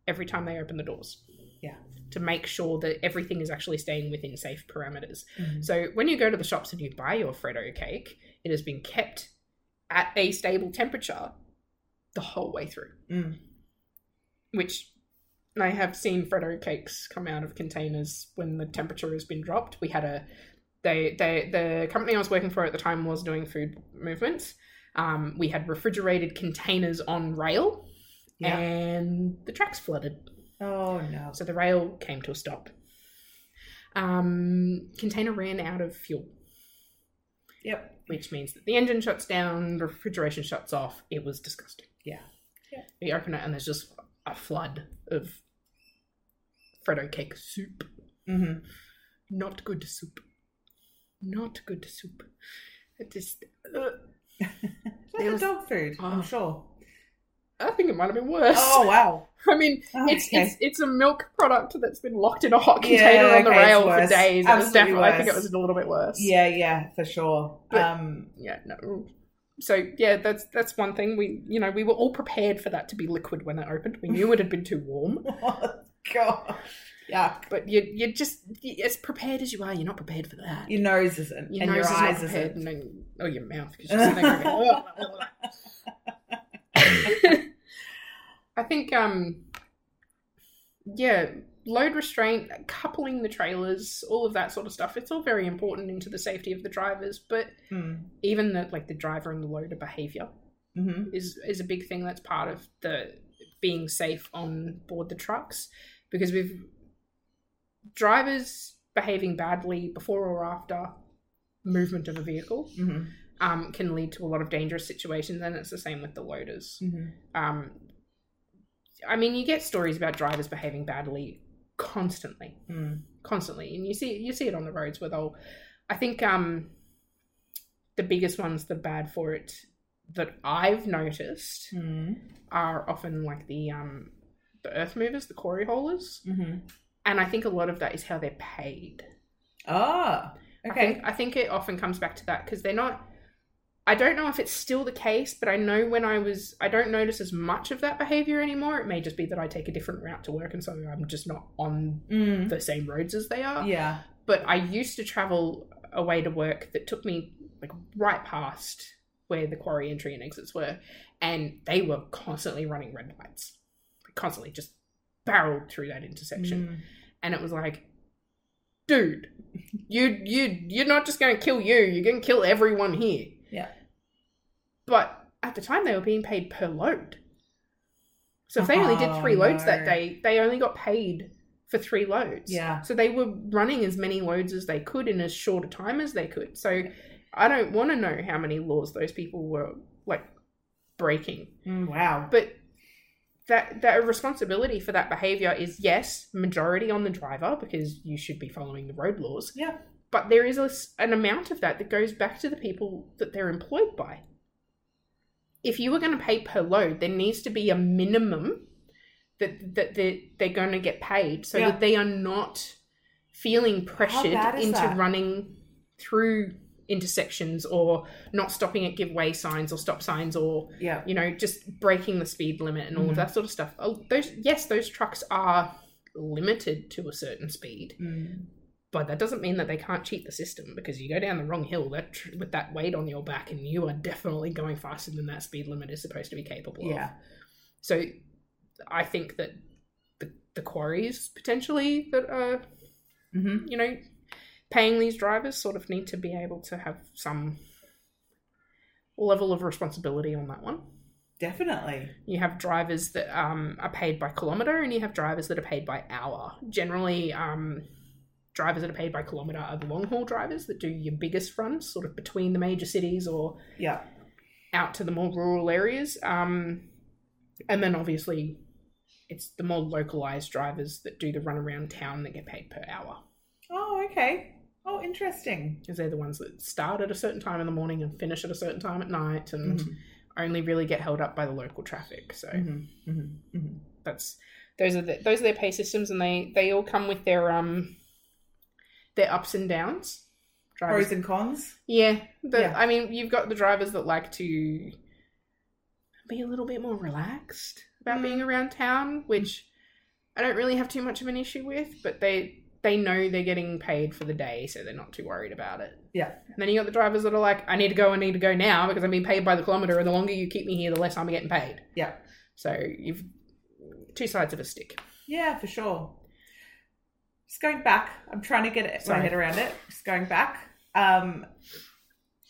Speaker 1: every time they open the doors.
Speaker 2: Yeah.
Speaker 1: To make sure that everything is actually staying within safe parameters.
Speaker 2: Mhm.
Speaker 1: So when you go to the shops and you buy your Freddo cake, it has been kept at a stable temperature the whole way through.
Speaker 2: Mm.
Speaker 1: Which I have seen Freddo cakes come out of containers when the temperature has been dropped. We had a they they the company I was working for at the time was doing food movements. Um, we had refrigerated containers on rail,
Speaker 2: yeah.
Speaker 1: and the tracks flooded.
Speaker 2: oh no,
Speaker 1: So the rail came to a stop. Um, container ran out of fuel,
Speaker 2: yep,
Speaker 1: which means that the engine shuts down, refrigeration shuts off. It was disgusting.
Speaker 2: Yeah. Yeah.
Speaker 1: We open it and there's just a flood of Freddo cake soup.
Speaker 2: hmm
Speaker 1: Not good soup. Not good soup. It just. Uh, There was-
Speaker 2: dog food, I'm
Speaker 1: Oh.
Speaker 2: sure.
Speaker 1: I think it might have been worse.
Speaker 2: Oh wow,
Speaker 1: I mean, it's,
Speaker 2: Okay.
Speaker 1: it's it's a milk product that's been locked in a hot
Speaker 2: Yeah,
Speaker 1: container on the
Speaker 2: okay, it's
Speaker 1: rail for
Speaker 2: worse.
Speaker 1: days. It was
Speaker 2: Absolutely
Speaker 1: definitely, I think it
Speaker 2: worse.
Speaker 1: was a little bit worse.
Speaker 2: Yeah, yeah, for sure.
Speaker 1: But-
Speaker 2: um,
Speaker 1: yeah, no. So yeah, that's that's one thing. We you know we were all prepared for that to be liquid when it opened. We knew it had been too warm,
Speaker 2: gosh, yuck.
Speaker 1: but you you just you, as prepared as you are, you're not prepared for that.
Speaker 2: Your nose isn't,
Speaker 1: Your
Speaker 2: and
Speaker 1: nose
Speaker 2: your
Speaker 1: is not
Speaker 2: eyes
Speaker 1: prepared,
Speaker 2: isn't.
Speaker 1: and then, or your mouth. 'cause you're sitting there going, I think um yeah, load restraint, coupling the trailers, all of that sort of stuff. It's all very important into the safety of the drivers, but
Speaker 2: Hmm.
Speaker 1: even the like the driver and the loader behavior
Speaker 2: Mm-hmm.
Speaker 1: is is a big thing that's part of the being safe on board the trucks because we've drivers behaving badly before or after movement of a vehicle
Speaker 2: hmm
Speaker 1: um, can lead to a lot of dangerous situations and it's the same with the loaders
Speaker 2: hmm
Speaker 1: um, i mean you get stories about drivers behaving badly constantly
Speaker 2: mm
Speaker 1: constantly and you see you see it on the roads where they'll i think um the biggest ones that are bad for it that i've noticed
Speaker 2: Mm.
Speaker 1: are often like the um the earth movers the quarry haulers
Speaker 2: Mhm.
Speaker 1: and i think a lot of that is how they're paid
Speaker 2: Ah,
Speaker 1: I
Speaker 2: okay.
Speaker 1: think, I think it often comes back to that because they're not. I don't know if it's still the case, but I know when I was, I don't notice as much of that behavior anymore. It may just be that I take a different route to work, and so I'm just not on
Speaker 2: Mm.
Speaker 1: the same roads as they are
Speaker 2: Yeah.
Speaker 1: but I used to travel away to work that took me like right past where the quarry entry and exits were, and they were constantly running red lights, constantly just barreled through that intersection,
Speaker 2: Mm.
Speaker 1: and it was like, dude, you you you're not just going to kill you, you're going to kill everyone here.
Speaker 2: Yeah.
Speaker 1: But at the time, they were being paid per load. So if they only did
Speaker 2: Oh,
Speaker 1: three loads that
Speaker 2: no.
Speaker 1: day, they only got paid for three loads.
Speaker 2: Yeah.
Speaker 1: So they were running as many loads as they could in as short a time as they could. So I don't want to know how many laws those people were like breaking.
Speaker 2: Mm, wow.
Speaker 1: But that that responsibility for that behavior is yes, majority on the driver because you should be following the road laws.
Speaker 2: Yeah.
Speaker 1: But there is a s an amount of that that goes back to the people that they're employed by. If you are going to pay per load, there needs to be a minimum that that they're, they're going to get paid so
Speaker 2: Yeah.
Speaker 1: that they are not feeling pressured
Speaker 2: bad is
Speaker 1: into
Speaker 2: that?
Speaker 1: running through intersections or not stopping at give way signs or stop signs or
Speaker 2: Yeah.
Speaker 1: you know, just breaking the speed limit and all
Speaker 2: Mhm.
Speaker 1: of that sort of stuff. Oh, those yes, those trucks are limited to a certain speed,
Speaker 2: Mm.
Speaker 1: but that doesn't mean that they can't cheat the system because you go down the wrong hill that tr- with that weight on your back, and you are definitely going faster than that speed limit is supposed to be capable of.
Speaker 2: Yeah.
Speaker 1: So, I think that the the quarries potentially that are
Speaker 2: hmm
Speaker 1: you know paying these drivers sort of need to be able to have some level of responsibility on that one.
Speaker 2: Definitely.
Speaker 1: You have drivers that um, are paid by kilometre and you have drivers that are paid by hour. Generally, um, drivers that are paid by kilometre are the long haul drivers that do your biggest runs, sort of between the major cities or
Speaker 2: Yeah.
Speaker 1: out to the more rural areas. Um, and then obviously, it's the more localised drivers that do the run around town that get paid per hour
Speaker 2: Oh, okay. Oh, interesting.
Speaker 1: because they're the ones that start at a certain time in the morning and finish at a certain time at night and
Speaker 2: Mm-hmm.
Speaker 1: only really get held up by the local traffic. So.
Speaker 2: Mhm, mhm, mhm.
Speaker 1: that's those are the, those are their pay systems, and they they all come with their um their ups and downs.
Speaker 2: Pros and cons.
Speaker 1: yeah, the,
Speaker 2: Yeah.
Speaker 1: I mean, you've got the drivers that like to be a little bit more relaxed about
Speaker 2: Mm.
Speaker 1: being around town, which I don't really have too much of an issue with, but they they know they're getting paid for the day, so they're not too worried about it.
Speaker 2: Yeah.
Speaker 1: And then you got the drivers that are like, I need to go, I need to go now because I'm being paid by the kilometer, and the longer you keep me here, the less I'm getting paid.
Speaker 2: Yeah.
Speaker 1: So you've two sides of a stick.
Speaker 2: Yeah, for sure. Just going back, I'm trying to get it, my
Speaker 1: Sorry.
Speaker 2: head around it. Just going back. Um,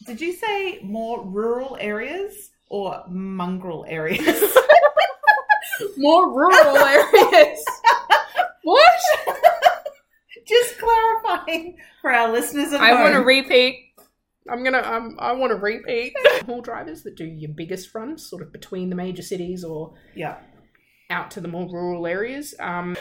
Speaker 2: did you say more rural areas or mongrel areas?
Speaker 1: More rural areas. what?
Speaker 2: Just clarifying for our listeners at
Speaker 1: I want to
Speaker 2: home.
Speaker 1: repeat. I'm gonna. Um, I want to repeat. Haul drivers that do your biggest runs, sort of between the major cities or
Speaker 2: yeah,
Speaker 1: out to the more rural areas. Um,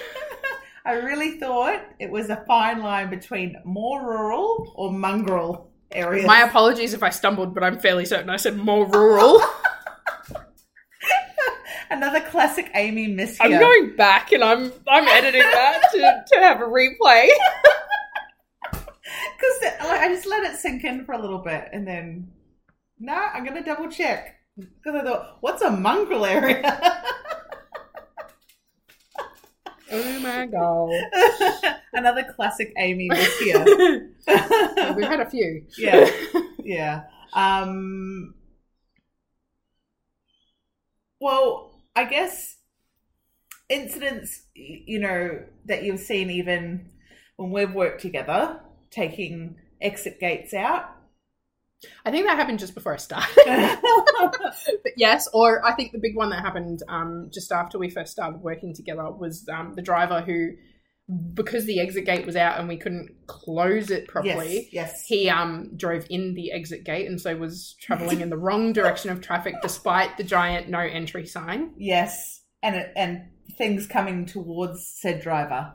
Speaker 2: I really thought it was a fine line between more rural or mongrel areas.
Speaker 1: my apologies if I stumbled, but I'm fairly certain I said more rural.
Speaker 2: Another classic Amy miss
Speaker 1: I'm
Speaker 2: here.
Speaker 1: going back and I'm I'm editing that to, to have a replay.
Speaker 2: Because I just let it sink in for a little bit and then, no, I'm going to double check. Because I thought, what's a mongrel area?
Speaker 1: Oh my god!
Speaker 2: Another classic Amy this year.
Speaker 1: We've had a few.
Speaker 2: yeah, yeah. Um, well, I guess incidents, y- you know, that you've seen even when we've worked together, taking exit gates out.
Speaker 1: I think that happened just before I started. But yes, or I think the big one that happened um, just after we first started working together was um, the driver who, because the exit gate was out and we couldn't close it properly,
Speaker 2: Yes. yes.
Speaker 1: he um, drove in the exit gate and so was traveling in the wrong direction of traffic despite the giant no entry sign.
Speaker 2: Yes. And it, and things coming towards said driver.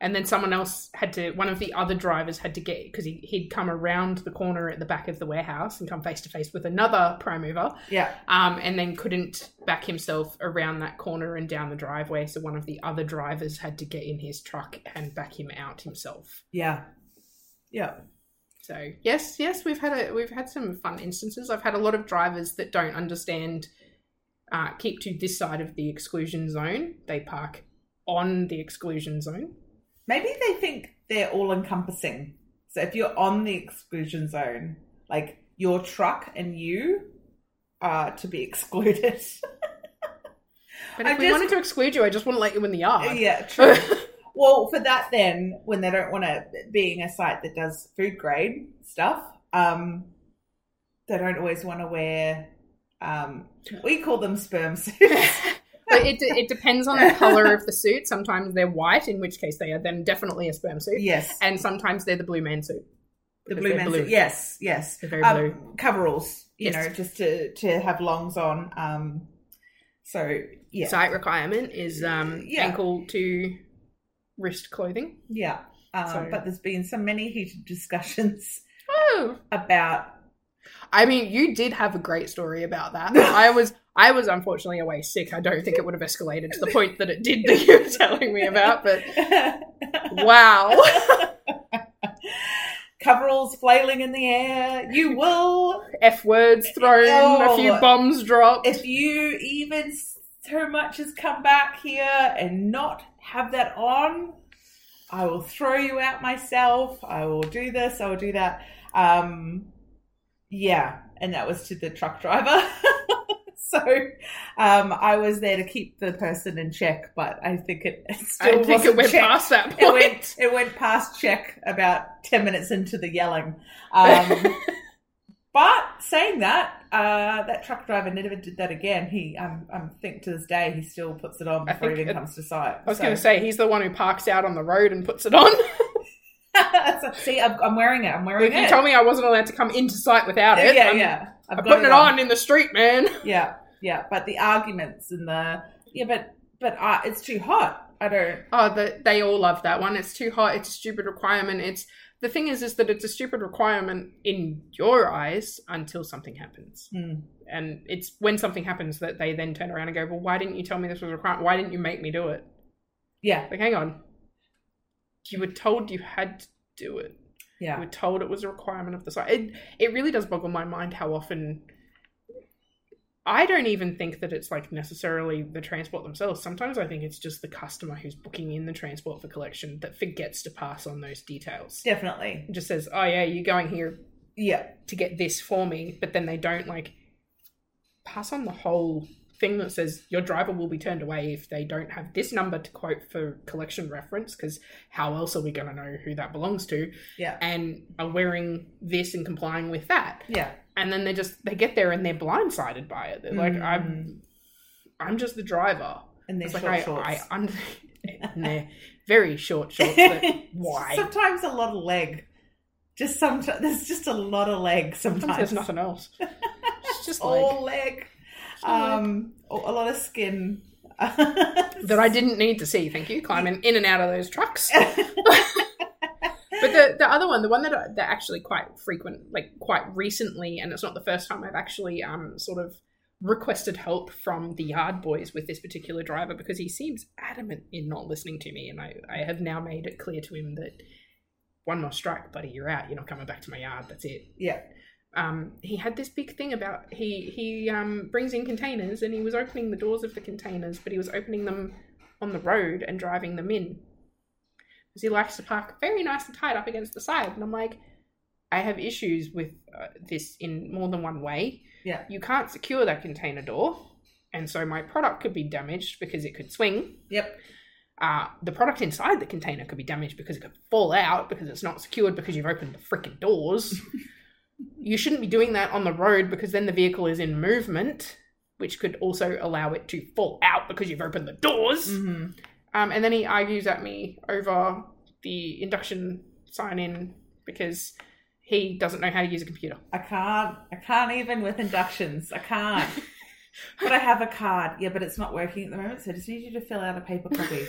Speaker 1: And then someone else had to, one of the other drivers had to get, because he, he'd come around the corner at the back of the warehouse and come face to face with another prime mover.
Speaker 2: Yeah.
Speaker 1: um, and then couldn't back himself around that corner and down the driveway. So one of the other drivers had to get in his truck and back him out himself.
Speaker 2: Yeah. Yeah.
Speaker 1: So yes, yes, we've had a we've had some fun instances. I've had a lot of drivers that don't understand uh, keep to this side of the exclusion zone. They park on the exclusion zone.
Speaker 2: Maybe they think they're all encompassing. So if you're on the exclusion zone, like your truck and you are to be excluded.
Speaker 1: But if
Speaker 2: I
Speaker 1: we
Speaker 2: just-
Speaker 1: wanted to exclude you, I just wouldn't let you in the yard.
Speaker 2: yeah, true. well, for that, then when they don't want to being a site that does food grade stuff, um, they don't always want to wear. Um, we call them sperm suits.
Speaker 1: But it, it depends on the color of the suit. Sometimes they're white, in which case they are then definitely a sperm suit.
Speaker 2: yes,
Speaker 1: and sometimes they're the blue man suit.
Speaker 2: the
Speaker 1: Because
Speaker 2: blue
Speaker 1: they're
Speaker 2: men. Yes, yes.
Speaker 1: They're very blue.
Speaker 2: Um, coveralls. you
Speaker 1: Yes.
Speaker 2: know, just to to have longs on. Um, so yeah,
Speaker 1: Site requirement is um,
Speaker 2: Yeah.
Speaker 1: ankle to wrist clothing.
Speaker 2: yeah. Um,
Speaker 1: So-
Speaker 2: But there's been so many heated discussions
Speaker 1: Oh,
Speaker 2: about
Speaker 1: I mean, you did have a great story about that. I was, I was unfortunately away sick. I don't think it would have escalated to the point that it did that you were telling me about. But wow,
Speaker 2: coveralls flailing in the air. You will
Speaker 1: f words thrown, a few
Speaker 2: Oh.
Speaker 1: bombs dropped.
Speaker 2: if you even so much as come back here and not have that on. I will throw you out myself. I will do this. I will do that. Um, yeah, and that was to the truck driver. so um, I was there to keep the person in check, but I think it, it still
Speaker 1: I think it
Speaker 2: wasn't
Speaker 1: went
Speaker 2: checked
Speaker 1: past that
Speaker 2: it
Speaker 1: point.
Speaker 2: went it went past check about 10 minutes into the yelling um, but saying that uh, that truck driver never did that again he um, i think to this day he still puts it on
Speaker 1: I
Speaker 2: before it
Speaker 1: think
Speaker 2: even
Speaker 1: it-
Speaker 2: comes to sight
Speaker 1: I was
Speaker 2: So-
Speaker 1: going to say he's the one who parks out on the road and puts it on.
Speaker 2: So, see I'm, I'm wearing it i'm wearing
Speaker 1: if you
Speaker 2: it
Speaker 1: told me I wasn't allowed to come into sight without it,
Speaker 2: yeah
Speaker 1: I'm,
Speaker 2: yeah
Speaker 1: I'm
Speaker 2: I've got
Speaker 1: putting it on in the street, man.
Speaker 2: yeah yeah but the arguments and the yeah but but uh, it's too hot i don't
Speaker 1: Oh, the, they all love that one. It's too hot. It's a stupid requirement. It's the thing is, is that it's a stupid requirement in your eyes until something happens,
Speaker 2: Hmm.
Speaker 1: and it's when something happens that they then turn around and go, "Well, why didn't you tell me this was a requirement? Why didn't you make me do it?"
Speaker 2: yeah
Speaker 1: Like, hang on, you were told you had to do it.
Speaker 2: yeah
Speaker 1: We're told it was a requirement of the site. It, it really does boggle my mind how often. I don't even think that it's like necessarily the transport themselves. Sometimes I think it's just the customer who's booking in the transport for collection that forgets to pass on those details.
Speaker 2: definitely
Speaker 1: It just says, "Oh yeah, you're going here
Speaker 2: yeah
Speaker 1: to get this for me," but then they don't like pass on the whole thing that says your driver will be turned away if they don't have this number to quote for collection reference. Because how else are we going to know who that belongs to?
Speaker 2: yeah
Speaker 1: and are wearing this and complying with that
Speaker 2: yeah
Speaker 1: and then they just they get there and they're blindsided by it they're like i'm i'm just the driver
Speaker 2: and Mm. they're
Speaker 1: it's
Speaker 2: short
Speaker 1: like i
Speaker 2: shorts
Speaker 1: i un- and they're very short shorts that, why
Speaker 2: Sometimes a lot of leg. Just sometimes there's just a lot of leg.
Speaker 1: sometimes
Speaker 2: Sometimes
Speaker 1: there's nothing else it's just like
Speaker 2: all leg.
Speaker 1: just like-
Speaker 2: Um, a a lot of skin.
Speaker 1: that i didn't need to see thank you climbing in and out of those trucks but the, the other one, the one that I, that actually quite frequent, like quite recently, and it's not the first time I've actually um sort of requested help from the yard boys with this particular driver because he seems adamant in not listening to me, and I I have now made it clear to him that one more strike, buddy, you're out. You're not coming back to my yard. That's it.
Speaker 2: yeah,
Speaker 1: Um, he had this big thing about he he um brings in containers and he was opening the doors of the containers, but he was opening them on the road and driving them in because he likes to park very nice and tight up against the side. And I'm like, I have issues with uh, this in more than one way.
Speaker 2: Yeah.
Speaker 1: You can't secure that container door. And so my product could be damaged because it could swing.
Speaker 2: yep,
Speaker 1: Uh, the product inside the container could be damaged because it could fall out because it's not secured because you've opened the freaking doors. you shouldn't be doing that on the road because then the vehicle is in movement, which could also allow it to fall out because you've opened the doors.
Speaker 2: hmm
Speaker 1: Um, and then he argues at me over the induction sign in because he doesn't know how to use a computer.
Speaker 2: I can't. I can't even with inductions. I can't. but I have a card. Yeah, but it's not working at the moment, so I just need you to fill out a paper copy.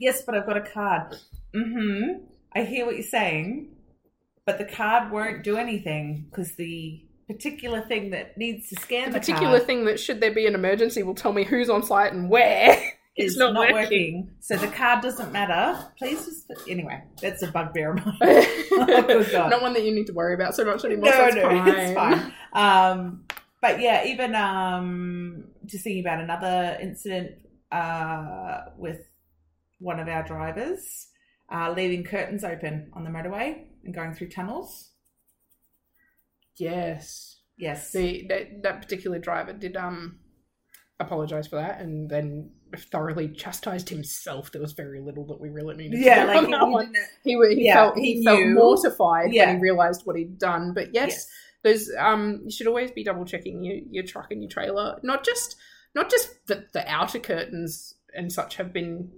Speaker 2: yes, but I've got a card. Mm-hmm. I hear what you're saying, but the card won't do anything because the particular thing that needs to scan
Speaker 1: The
Speaker 2: the,
Speaker 1: particular
Speaker 2: card
Speaker 1: thing that, should there be an emergency, will tell me who's on site and where.
Speaker 2: is
Speaker 1: is not working.
Speaker 2: So the card doesn't matter. Please just anyway. That's a bugbear of mine. Oh, good God.
Speaker 1: Not one that you need to worry about so much anymore. so it's fine.
Speaker 2: it's fine. Um, but yeah, even um, just thinking about another incident uh, with one of our drivers uh, leaving curtains open on the motorway and going through tunnels.
Speaker 1: Yes.
Speaker 2: Yes.
Speaker 1: The, that, that particular driver did um apologize for that and then thoroughly chastised himself. There was very little that we really needed to
Speaker 2: yeah,
Speaker 1: do on
Speaker 2: like
Speaker 1: that
Speaker 2: he-
Speaker 1: one.
Speaker 2: he didn't-
Speaker 1: he, wa- he
Speaker 2: Yeah,
Speaker 1: felt he,
Speaker 2: he
Speaker 1: felt
Speaker 2: knew.
Speaker 1: mortified
Speaker 2: Yeah.
Speaker 1: when he realized what he'd done. But yes,
Speaker 2: Yes.
Speaker 1: there's um you should always be double checking your, your truck and your trailer. Not just not just that the outer curtains and such have been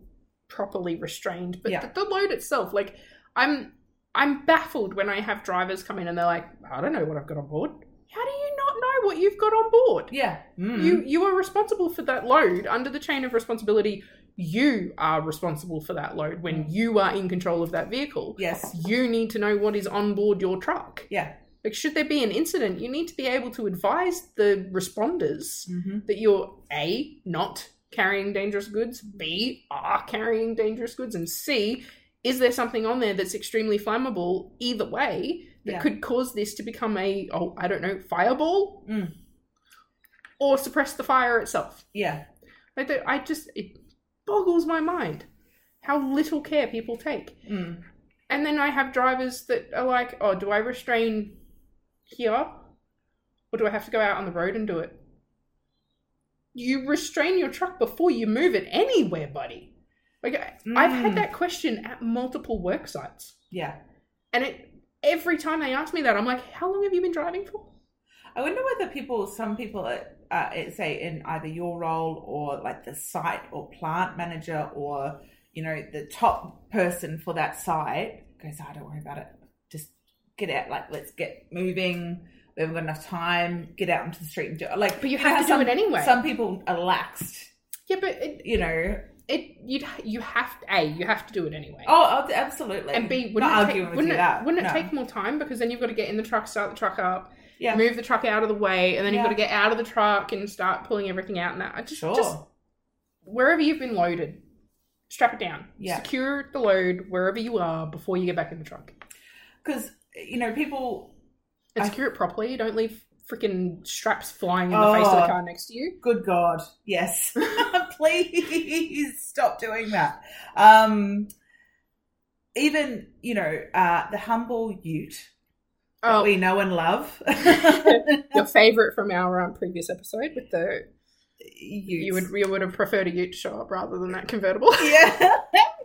Speaker 1: properly restrained, but
Speaker 2: Yeah.
Speaker 1: the, the load itself. Like I'm I'm baffled when I have drivers come in and they're like, I don't know what I've got on board. How do you not know what you've got on board.
Speaker 2: Yeah. Mm.
Speaker 1: You you are responsible for that load under the chain of responsibility. You are responsible for that load when you are in control of that vehicle.
Speaker 2: Yes.
Speaker 1: You need to know what is on board your truck.
Speaker 2: Yeah.
Speaker 1: Like, should there be an incident, you need to be able to advise the responders
Speaker 2: Mm-hmm.
Speaker 1: that you're A, not carrying dangerous goods, B, are carrying dangerous goods, and C, is there something on there that's extremely flammable either way that
Speaker 2: Yeah.
Speaker 1: could cause this to become a, oh, I don't know, fireball?
Speaker 2: Mm.
Speaker 1: Or suppress the fire itself?
Speaker 2: Yeah.
Speaker 1: Like, that- I just, it boggles my mind how little care people take.
Speaker 2: Mm.
Speaker 1: And then I have drivers that are like, oh, do I restrain here? Or do I have to go out on the road and do it? You restrain your truck before you move it anywhere, buddy. Like, I- I've
Speaker 2: Mm.
Speaker 1: had that question at multiple work sites.
Speaker 2: Yeah.
Speaker 1: And it, every time they ask me that, I'm like, how long have you been driving for?
Speaker 2: I wonder whether people, some people, uh, uh, say in either your role or like the site or plant manager or, you know, the top person for that site goes, I don't worry about it. Just get out. Like, let's get moving. We haven't got enough time. Get out into the street and do it. Like,
Speaker 1: But you have to
Speaker 2: some,
Speaker 1: do it anyway.
Speaker 2: Some people are laxed,
Speaker 1: yeah, but it,
Speaker 2: you know.
Speaker 1: it you'd, you have to, A, you have to do it anyway.
Speaker 2: Oh, ab- absolutely.
Speaker 1: and B, wouldn't,
Speaker 2: not
Speaker 1: it,
Speaker 2: arguing
Speaker 1: take,
Speaker 2: with
Speaker 1: wouldn't,
Speaker 2: you
Speaker 1: it,
Speaker 2: that.
Speaker 1: wouldn't it
Speaker 2: no.
Speaker 1: take more time? Because then you've got to get in the truck, start the truck up,
Speaker 2: Yeah.
Speaker 1: move the truck out of the way, and then
Speaker 2: Yeah.
Speaker 1: you've got to get out of the truck and start pulling everything out. And that I just,
Speaker 2: Sure.
Speaker 1: just wherever you've been loaded, strap it down.
Speaker 2: Yeah.
Speaker 1: Secure the load wherever you are before you get back in the truck,
Speaker 2: Because, you know, people
Speaker 1: and
Speaker 2: I-
Speaker 1: secure it properly. Don't leave freaking straps flying in the face of
Speaker 2: Oh.
Speaker 1: the car next to you.
Speaker 2: Good God, yes. Please stop doing that. Um, even, you know, uh, the humble ute that
Speaker 1: Oh,
Speaker 2: we know and love.
Speaker 1: your favorite from our um, previous episode with the
Speaker 2: Utes.
Speaker 1: you would you would have preferred a Ute to show up rather than that convertible.
Speaker 2: yeah.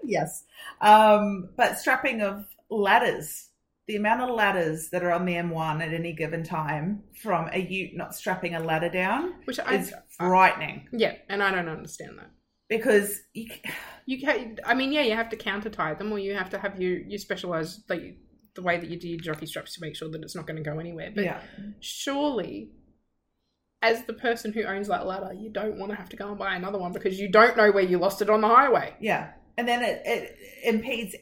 Speaker 2: yes. Um, but strapping of ladders, the amount of ladders that are on the M1 at any given time from a ute not strapping a ladder down
Speaker 1: Which I
Speaker 2: is frightening
Speaker 1: yeah, and I don't understand that.
Speaker 2: because you, c-
Speaker 1: You can, I mean, yeah, you have to counter tie them, or you have to have your you specialize like the way that you do your jockey straps to make sure that it's not going to go anywhere. But
Speaker 2: yeah.
Speaker 1: surely, as the person who owns that ladder, you don't want to have to go and buy another one because you don't know where you lost it on the highway.
Speaker 2: Yeah. And then it, it impedes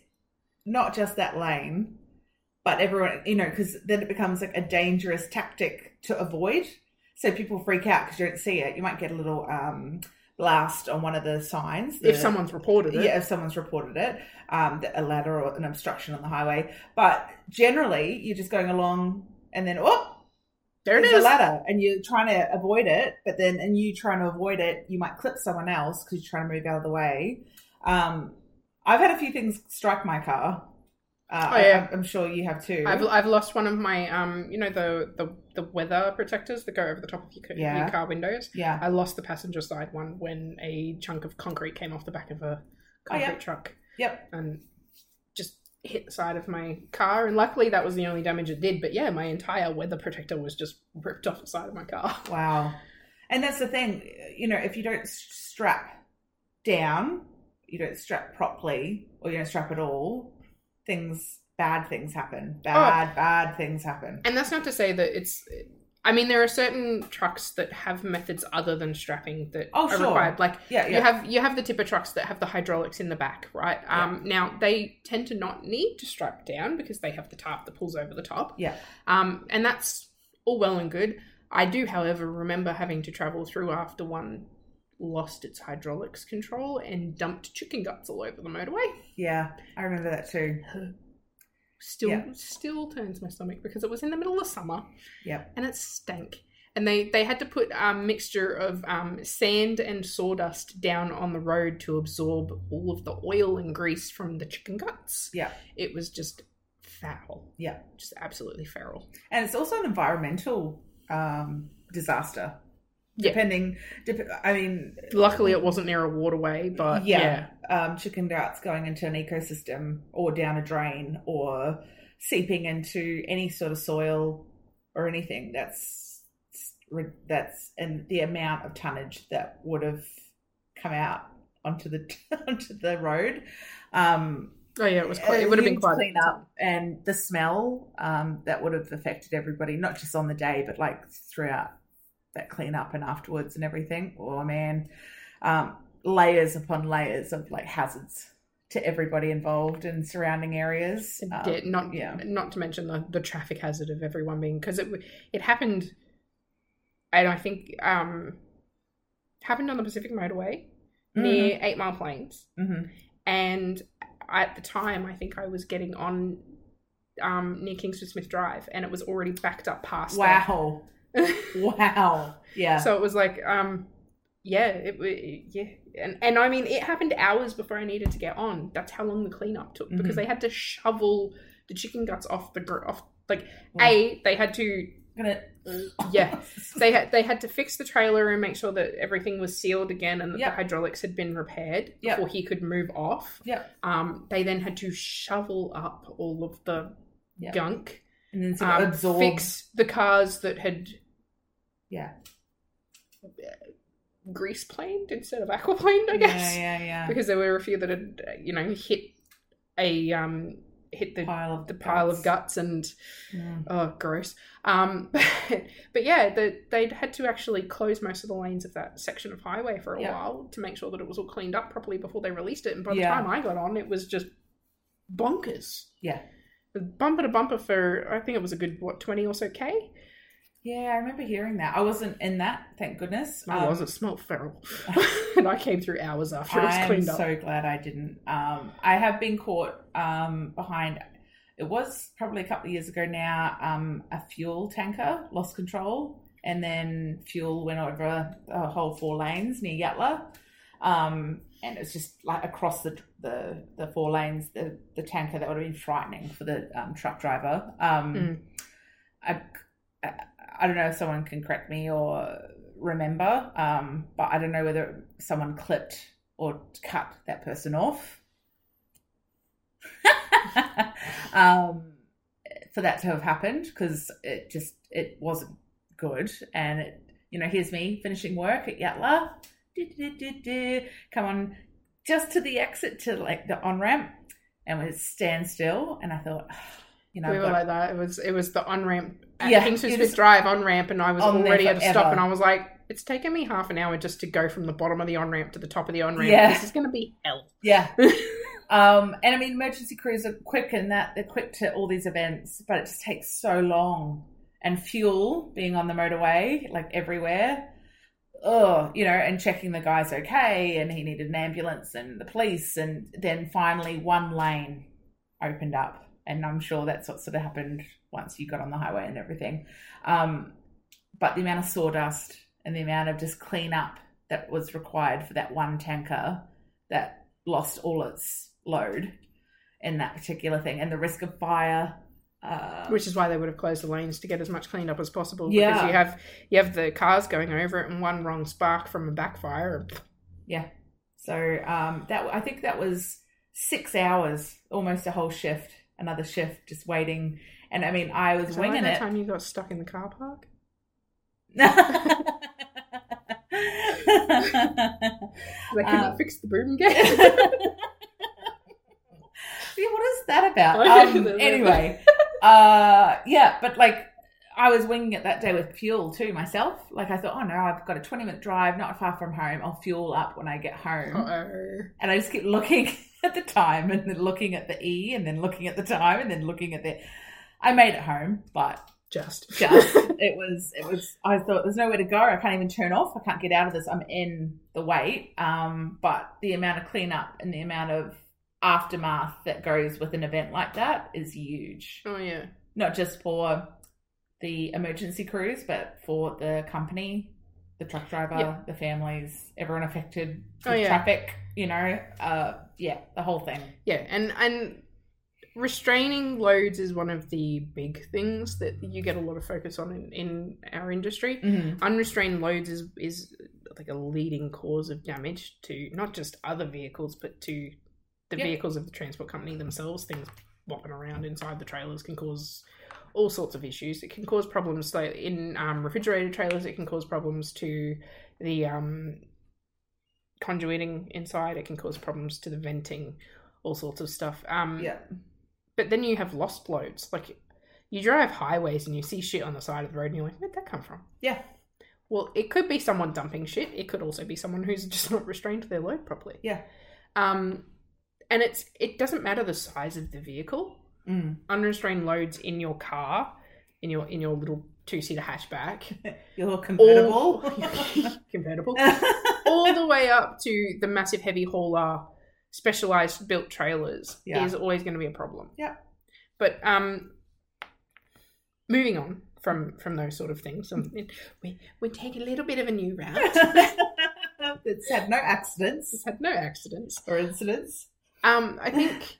Speaker 2: not just that lane, but everyone, you know, because then it becomes like a dangerous tactic to avoid. So people freak out because you don't see it. You might get a little um, blast on one of the signs.
Speaker 1: If
Speaker 2: the-
Speaker 1: someone's reported it,
Speaker 2: yeah, if someone's reported it, um, that a ladder or an obstruction on the highway. But generally, you're just going along and then, oh,
Speaker 1: there it
Speaker 2: there's
Speaker 1: is.
Speaker 2: a ladder and you're trying to avoid it, but then and you trying to avoid it, you might clip someone else because you're trying to move out of the way. Um, I've had a few things strike my car. Uh,
Speaker 1: Oh, yeah.
Speaker 2: I, am sure you have too.
Speaker 1: I've, I've lost one of my um you know the, the the weather protectors that go over the top of your, ca-
Speaker 2: Yeah.
Speaker 1: your car windows.
Speaker 2: yeah.
Speaker 1: I lost the passenger side one when a chunk of concrete came off the back of a
Speaker 2: Oh, yeah.
Speaker 1: concrete truck.
Speaker 2: Yep.
Speaker 1: and um, just hit the side of my car. And luckily, that was the only damage it did. But yeah, my entire weather protector was just ripped off the side of my car.
Speaker 2: Wow. And that's the thing, you know, if you don't s- strap down, you don't strap properly, or you don't strap at all, things bad things
Speaker 1: Oh.
Speaker 2: happen. Bad bad things happen.
Speaker 1: And that's not to say that it's. I mean, there are certain trucks that have methods other than strapping that
Speaker 2: Oh,
Speaker 1: are
Speaker 2: sure.
Speaker 1: required. Like
Speaker 2: Yeah,
Speaker 1: you
Speaker 2: yeah,
Speaker 1: have you have the tipper trucks that have the hydraulics in the back, right? Um, Now they tend to not need to strap down because they have the tarp that pulls over the top.
Speaker 2: yeah,
Speaker 1: Um, and that's all well and good. I do, however, remember having to travel through after one lost its hydraulics control and dumped chicken guts all over the motorway.
Speaker 2: yeah. I remember that too.
Speaker 1: Still,
Speaker 2: Yeah.
Speaker 1: still turns my stomach because it was in the middle of summer.
Speaker 2: Yep.
Speaker 1: And it stank. And they, they had to put a mixture of um, sand and sawdust down on the road to absorb all of the oil and grease from the chicken guts.
Speaker 2: Yeah.
Speaker 1: It was just foul.
Speaker 2: Yeah.
Speaker 1: Just absolutely feral.
Speaker 2: and it's also an environmental um, disaster.
Speaker 1: Yeah.
Speaker 2: Depending, dep- I mean,
Speaker 1: Luckily, it wasn't near a waterway, but
Speaker 2: yeah,
Speaker 1: yeah.
Speaker 2: Um, chicken guts going into an ecosystem or down a drain or seeping into any sort of soil or anything. That's that's and the amount of tonnage that would have come out onto the onto the road. Um,
Speaker 1: Oh yeah, it was quite. It would have been
Speaker 2: huge
Speaker 1: quite
Speaker 2: clean up and the smell um, that would have affected everybody, not just on the day, but like throughout that cleanup and afterwards and everything. Oh man, um, layers upon layers of like hazards to everybody involved in surrounding areas.
Speaker 1: It
Speaker 2: Um,
Speaker 1: did, not
Speaker 2: yeah.
Speaker 1: not to mention the, the traffic hazard of everyone being because it w- it happened, and I think um happened on the Pacific Motorway
Speaker 2: Mm-hmm.
Speaker 1: near Eight Mile Plains,
Speaker 2: Mhm.
Speaker 1: and at the time I think I was getting on um near Kingsford Smith Drive, and it was already backed up past. that.
Speaker 2: Wow. Wow. Yeah.
Speaker 1: so it was like um. Yeah, it, w yeah, and and I mean it happened hours before I needed to get on. That's how long the cleanup took because
Speaker 2: Mhm.
Speaker 1: they had to shovel the chicken guts off the gr- off like
Speaker 2: Wow.
Speaker 1: a they had to
Speaker 2: Gonna-
Speaker 1: yeah they had they had to fix the trailer and make sure that everything was sealed again and that
Speaker 2: Yep.
Speaker 1: the hydraulics had been repaired
Speaker 2: Yep.
Speaker 1: before he could move off.
Speaker 2: Yep.
Speaker 1: Um, they then had to shovel up all of the
Speaker 2: Yep.
Speaker 1: gunk,
Speaker 2: and then sort of
Speaker 1: um,
Speaker 2: absorb.
Speaker 1: fix the cars that had uh,
Speaker 2: Yeah.
Speaker 1: grease planed instead of aquaplaned, I guess,
Speaker 2: Yeah, yeah, yeah.
Speaker 1: because there were a few that had uh, you know hit a um hit the
Speaker 2: pile of
Speaker 1: the pile of
Speaker 2: guts.
Speaker 1: guts and
Speaker 2: Mm.
Speaker 1: oh gross um but, yeah the, they'd had to actually close most of the lanes of that section of highway for a
Speaker 2: Yeah.
Speaker 1: while to make sure that it was all cleaned up properly before they released it and by the
Speaker 2: Yeah.
Speaker 1: time i got on it was just bonkers
Speaker 2: Yeah.
Speaker 1: The bumper to bumper for i think it was a good what 20 or so k
Speaker 2: Yeah, I remember hearing that. I wasn't in that, thank goodness.
Speaker 1: i
Speaker 2: Um,
Speaker 1: was it smelled feral and i came through hours after it was
Speaker 2: I'm
Speaker 1: cleaned up
Speaker 2: so glad I didn't. Um, I have been caught um, behind. It was probably a couple of years ago now. Um, a fuel tanker lost control, and then fuel went over the whole four lanes near Yatla, um, and it's just like across the the, the four lanes. The, the tanker that would have been frightening for the um, truck driver. Um,
Speaker 1: Mm.
Speaker 2: I, I I don't know if someone can correct me or remember, um, but I don't know whether someone clipped or cut that person off. um, for that to have happened because it just it wasn't good, and it you know here's me finishing work at Yatla, do-do-do-do-do, come on just to the exit to like the on ramp, and we stand still, and I thought. "Ah," You know,
Speaker 1: we
Speaker 2: I've
Speaker 1: were like
Speaker 2: got-
Speaker 1: that. It was it was the on ramp at
Speaker 2: Yeah,
Speaker 1: Kingsford
Speaker 2: it
Speaker 1: Smith
Speaker 2: is-
Speaker 1: Drive on ramp, and I was
Speaker 2: On there
Speaker 1: already at a stop,
Speaker 2: forever.
Speaker 1: and I was like, "It's taken me half an hour just to go from the bottom of the on ramp to the top of the on ramp.
Speaker 2: Yeah.
Speaker 1: This is going to be hell."
Speaker 2: Yeah. um, and I mean, emergency crews are quick in that they're quick to all these events, but it just takes so long. And fuel being on the motorway, like everywhere, oh, you know, and checking the guy's okay, and he needed an ambulance and the police, and then finally one lane opened up. And I'm sure that's what sort of happened once you got on the highway and everything. Um, but the amount of sawdust and the amount of just cleanup that was required for that one tanker that lost all its load in that particular thing, and the risk of fire. Uh,
Speaker 1: Which is why they would have closed the lanes to get as much cleaned up as possible. Because
Speaker 2: Yeah.
Speaker 1: you have you have the cars going over it, and one wrong spark from a backfire. and
Speaker 2: so um, that I think that was six hours, almost a whole shift, another shift, just waiting. And I mean, I was
Speaker 1: Is that like
Speaker 2: winging
Speaker 1: that
Speaker 2: it.
Speaker 1: time you got stuck in the car park. They couldn't
Speaker 2: Um,
Speaker 1: fix the boom
Speaker 2: yeah,
Speaker 1: gate.
Speaker 2: what is that about?
Speaker 1: I
Speaker 2: Um,
Speaker 1: don't know.
Speaker 2: anyway, uh, yeah, but like I was winging it that day with fuel too myself. Like I thought, oh no, I've got a twenty minute drive, not far from home. I'll fuel up when I get home,
Speaker 1: Uh-oh.
Speaker 2: and I just keep looking at the time and then looking at the e, and then looking at the time, and then looking at the. I made it home, but
Speaker 1: Just
Speaker 2: just it was it was i thought there's nowhere to go i can't even turn off i can't get out of this i'm in the wait um but the amount of cleanup and the amount of aftermath that goes with an event like that is huge
Speaker 1: oh yeah.
Speaker 2: not just for the emergency crews but for the company the truck driver
Speaker 1: Yeah.
Speaker 2: the families everyone affected
Speaker 1: Oh,
Speaker 2: with
Speaker 1: yeah.
Speaker 2: traffic you know uh yeah the whole thing
Speaker 1: Yeah, and and restraining loads is one of the big things that you get a lot of focus on in, in our industry.
Speaker 2: Mm-hmm.
Speaker 1: Unrestrained loads is is like a leading cause of damage to not just other vehicles, but to the
Speaker 2: Yeah.
Speaker 1: vehicles of the transport company themselves. Things bopping around inside the trailers can cause all sorts of issues. It can cause problems like in um, refrigerated trailers. It can cause problems to the um, conduiting inside. It can cause problems to the venting, all sorts of stuff. Um,
Speaker 2: yeah
Speaker 1: But then you have lost loads. Like you drive highways and you see shit on the side of the road, and you're like, "Where'd that come from?"
Speaker 2: yeah
Speaker 1: Well, it could be someone dumping shit. It could also be someone who's just not restrained their load properly.
Speaker 2: Yeah.
Speaker 1: Um, and it's it doesn't matter the size of the vehicle.
Speaker 2: Mm.
Speaker 1: Unrestrained loads in your car, in your in your little two seater hatchback,
Speaker 2: Mm. Your convertible.
Speaker 1: convertible, all the way up to the massive heavy hauler, specialized built trailers
Speaker 2: Yeah.
Speaker 1: is always going to be a problem.
Speaker 2: Yep.
Speaker 1: But um, moving on from from those sort of things, um, we we take a little bit of a new route.
Speaker 2: it's had no accidents
Speaker 1: It's had no accidents.
Speaker 2: or incidents.
Speaker 1: Um, I think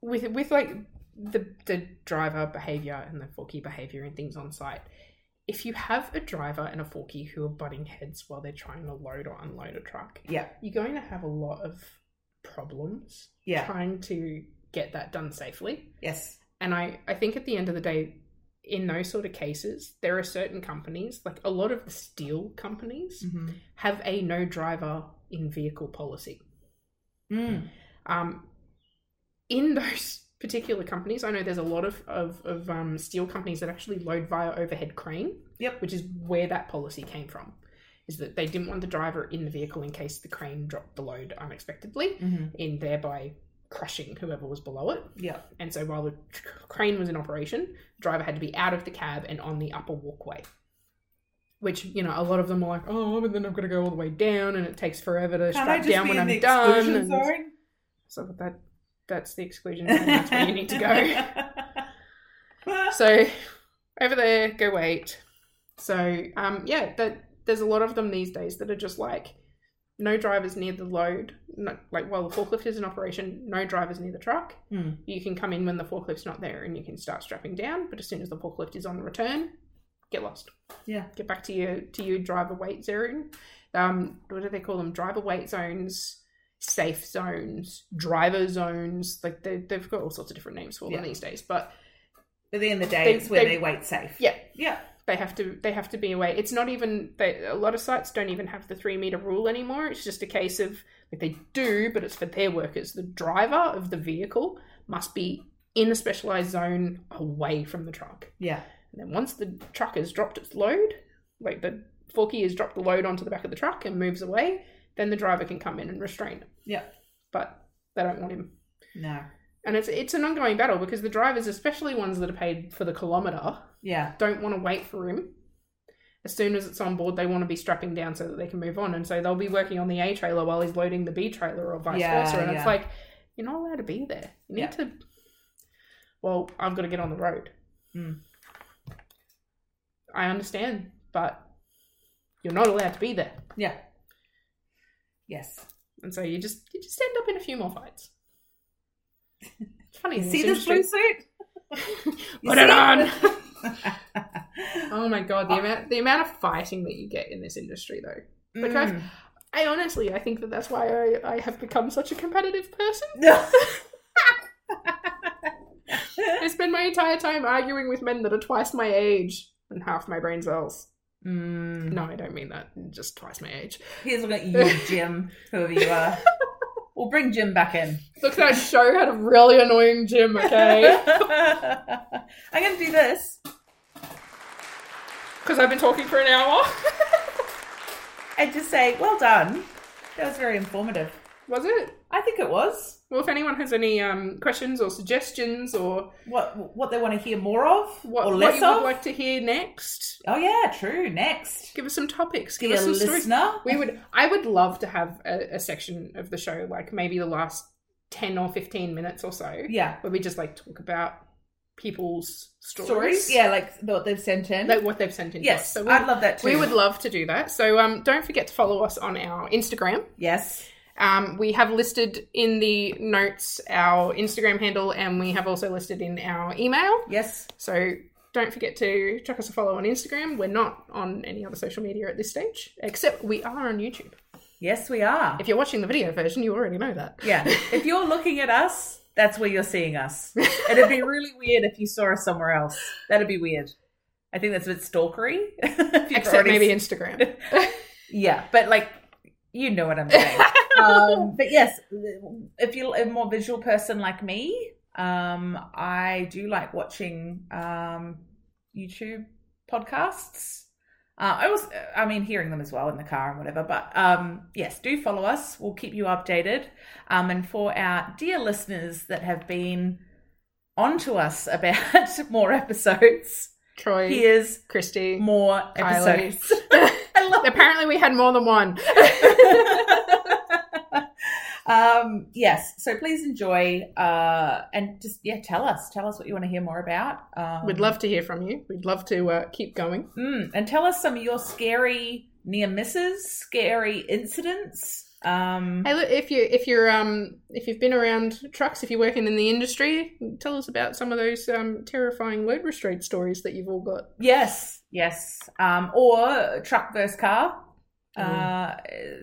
Speaker 1: with with like the the driver behavior and the forky behavior and things on site. If you have a driver and a forky who are butting heads while they're trying to load or unload a truck,
Speaker 2: Yeah.
Speaker 1: you're going to have a lot of problems
Speaker 2: Yeah.
Speaker 1: trying to get that done safely.
Speaker 2: Yes.
Speaker 1: And I, I think at the end of the day, in those sort of cases, there are certain companies, like a lot of the steel companies,
Speaker 2: Mhm.
Speaker 1: have a no driver in vehicle policy.
Speaker 2: Mm.
Speaker 1: Um, in those particular companies, I know there's a lot of, of, of um, steel companies that actually load via overhead crane,
Speaker 2: Yep.
Speaker 1: which is where that policy came from. Is that they didn't want the driver in the vehicle in case the crane dropped the load unexpectedly,
Speaker 2: Mhm.
Speaker 1: in thereby crushing whoever was below it.
Speaker 2: Yeah.
Speaker 1: And so while the tr- crane was in operation, the driver had to be out of the cab and on the upper walkway. Which, you know, a lot of them are like, oh, but then I've got to go all the way down and it takes forever to
Speaker 2: Can't
Speaker 1: strap
Speaker 2: I just
Speaker 1: down
Speaker 2: be
Speaker 1: when
Speaker 2: in
Speaker 1: I'm
Speaker 2: the
Speaker 1: done.
Speaker 2: exclusion
Speaker 1: and-
Speaker 2: zone?
Speaker 1: so that that's the exclusion zone. That's where you need to go.
Speaker 2: go.
Speaker 1: So over there, go wait. So um, yeah, that there's a lot of them these days that are just like no drivers near the load. No, like while the forklift is in operation, no drivers near the truck.
Speaker 2: Hmm.
Speaker 1: You can come in when the forklift's not there, and you can start strapping down. But as soon as the forklift is on the return, get lost.
Speaker 2: Yeah.
Speaker 1: get back to your to your driver wait zone. Um, what do they call them? Driver wait zones, safe zones, driver zones. Like they, they've got all sorts of different names for them
Speaker 2: Yeah.
Speaker 1: these days. But
Speaker 2: But at the end of the day,
Speaker 1: They-
Speaker 2: it's where
Speaker 1: they-
Speaker 2: they, wait safe.
Speaker 1: yeah,
Speaker 2: Yeah.
Speaker 1: they have to they have to be away. It's not even they, a lot of sites don't even have the three meter rule anymore. It's just a case of like they do, but it's for their workers. The driver of the vehicle must be in a specialized zone away from the truck.
Speaker 2: Yeah.
Speaker 1: And then once the truck has dropped its load, like the forky has dropped the load onto the back of the truck and moves away, then the driver can come in and restrain it.
Speaker 2: Yeah.
Speaker 1: But they don't want him.
Speaker 2: No.
Speaker 1: And it's it's an ongoing battle because the drivers, especially ones that are paid for the kilometre,
Speaker 2: Yeah.
Speaker 1: don't want to wait for him. As soon as it's on board, they want to be strapping down so that they can move on. And so they'll be working on the A trailer while he's loading the B trailer or vice
Speaker 2: Yeah,
Speaker 1: versa. And it's
Speaker 2: yeah.
Speaker 1: like, you're not allowed to be there. You need
Speaker 2: Yeah.
Speaker 1: to, well, I've got to get on the road.
Speaker 2: Mm.
Speaker 1: I understand, but you're not allowed to be there.
Speaker 2: Yeah. Yes.
Speaker 1: And so you just you just end up in a few more fights. It's funny.
Speaker 2: You
Speaker 1: in
Speaker 2: see this
Speaker 1: industry.
Speaker 2: blue suit? You
Speaker 1: Put
Speaker 2: see
Speaker 1: it on.
Speaker 2: Mm.
Speaker 1: oh my god, the amount the amount of fighting that you get in this industry though. Like, I've- I honestly, I think that that's why I, I have become such a competitive person.
Speaker 2: Mm.
Speaker 1: I spend my entire time arguing with men that are twice my age and half my brain cells.
Speaker 2: Mm.
Speaker 1: No, I don't mean that. Just twice my age.
Speaker 2: Here's looking at you, Jim, whoever you are. we'll bring Jim back in.
Speaker 1: Look, that show had a really annoying gym, okay?
Speaker 2: I'm going to do this.
Speaker 1: Because I've been talking for an hour.
Speaker 2: and just say, well done. That was very informative.
Speaker 1: Was it?
Speaker 2: I think it was.
Speaker 1: Well, if anyone has any um, questions or suggestions or
Speaker 2: What what they want to hear more of
Speaker 1: what,
Speaker 2: or
Speaker 1: what
Speaker 2: less
Speaker 1: you would
Speaker 2: of.
Speaker 1: like to hear next,
Speaker 2: oh yeah, true. Next,
Speaker 1: give us some topics. Give
Speaker 2: dear
Speaker 1: us some stories.
Speaker 2: listener.
Speaker 1: We would. I would love to have a, a section of the show, like maybe the last ten or fifteen minutes or so,
Speaker 2: Yeah,
Speaker 1: where we just like talk about people's stories,
Speaker 2: stories. Yeah, like what they've sent in.
Speaker 1: like what they've sent in. to us.
Speaker 2: yes,
Speaker 1: so we,
Speaker 2: I'd love that too.
Speaker 1: we would love to do that. So um, don't forget to follow us on our Instagram.
Speaker 2: Yes.
Speaker 1: Um, we have listed in the notes our Instagram handle, and we have also listed in our email.
Speaker 2: Yes.
Speaker 1: So don't forget to chuck us a follow on Instagram. We're not on any other social media at this stage, except we are on YouTube.
Speaker 2: Yes, we are.
Speaker 1: If you're watching the video version, you already know that.
Speaker 2: yeah. If you're looking at us, that's where you're seeing us. It'd be really weird if you saw us somewhere else. That'd be weird. I think that's a bit stalkery. If you've
Speaker 1: Except
Speaker 2: already
Speaker 1: maybe Instagram.
Speaker 2: Yeah, but like you know what I'm saying. um, but yes, if you're a more visual person like me, um, I do like watching um, YouTube podcasts. Uh, I was, I mean, hearing them as well in the car and whatever. But um, yes, do follow us. We'll keep you updated. Um, and for our dear listeners that have been on to us about more episodes,
Speaker 1: Troy,
Speaker 2: here's
Speaker 1: Christy,
Speaker 2: more
Speaker 1: Kylie.
Speaker 2: episodes. I love
Speaker 1: Apparently, we had more than one.
Speaker 2: um, yes, so please enjoy uh, and just yeah, tell us, tell us what you want to hear more about. Um,
Speaker 1: We'd love to hear from you. We'd love to uh, keep going.
Speaker 2: Mm, and tell us some of your scary near misses, scary incidents. Um,
Speaker 1: Hey, look, if you if you're um if you've been around trucks, if you're working in the industry, tell us about some of those um, terrifying load restraint stories that you've all got.
Speaker 2: yes, yes, um, or truck versus car.
Speaker 1: Oh,
Speaker 2: Uh,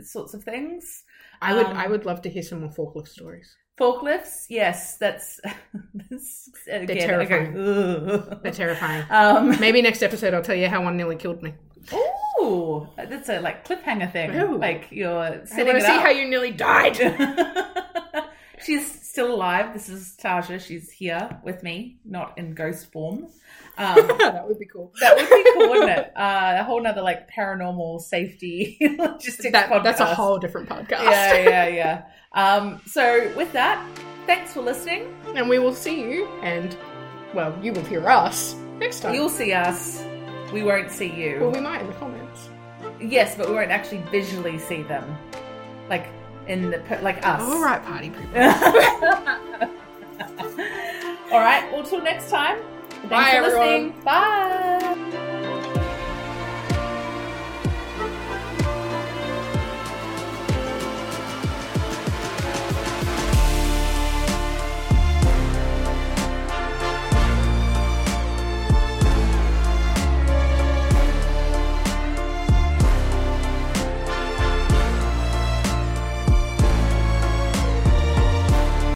Speaker 2: sorts of things.
Speaker 1: I would
Speaker 2: Um,
Speaker 1: I would love to hear some more forklift stories.
Speaker 2: Forklifts, yes, that's, that's again, I go,
Speaker 1: terrifying.
Speaker 2: "Ugh."
Speaker 1: They're terrifying.
Speaker 2: um,
Speaker 1: Maybe next episode I'll tell you how one nearly killed me.
Speaker 2: Ooh, that's a like cliffhanger thing.
Speaker 1: Ooh.
Speaker 2: Like you're
Speaker 1: I
Speaker 2: setting
Speaker 1: want
Speaker 2: it
Speaker 1: to see
Speaker 2: up.
Speaker 1: how you nearly died.
Speaker 2: She's still alive. This is Tasha. She's here with me, not in ghost form. Um,
Speaker 1: that would be cool.
Speaker 2: that would be cool, wouldn't it? Uh, a whole nother like paranormal safety logistics
Speaker 1: That,
Speaker 2: podcast.
Speaker 1: that's a whole different podcast.
Speaker 2: Yeah, yeah, yeah. Um, so with that, thanks for listening.
Speaker 1: And we will see you, and well, you will hear us next time.
Speaker 2: You'll see us. We won't see you.
Speaker 1: well, we might in the comments.
Speaker 2: yes, but we won't actually visually see them, like in the per- like us.
Speaker 1: All right, party people.
Speaker 2: All right. Well, till next time. Thanks
Speaker 1: Bye,
Speaker 2: for
Speaker 1: everyone.
Speaker 2: listening. Bye.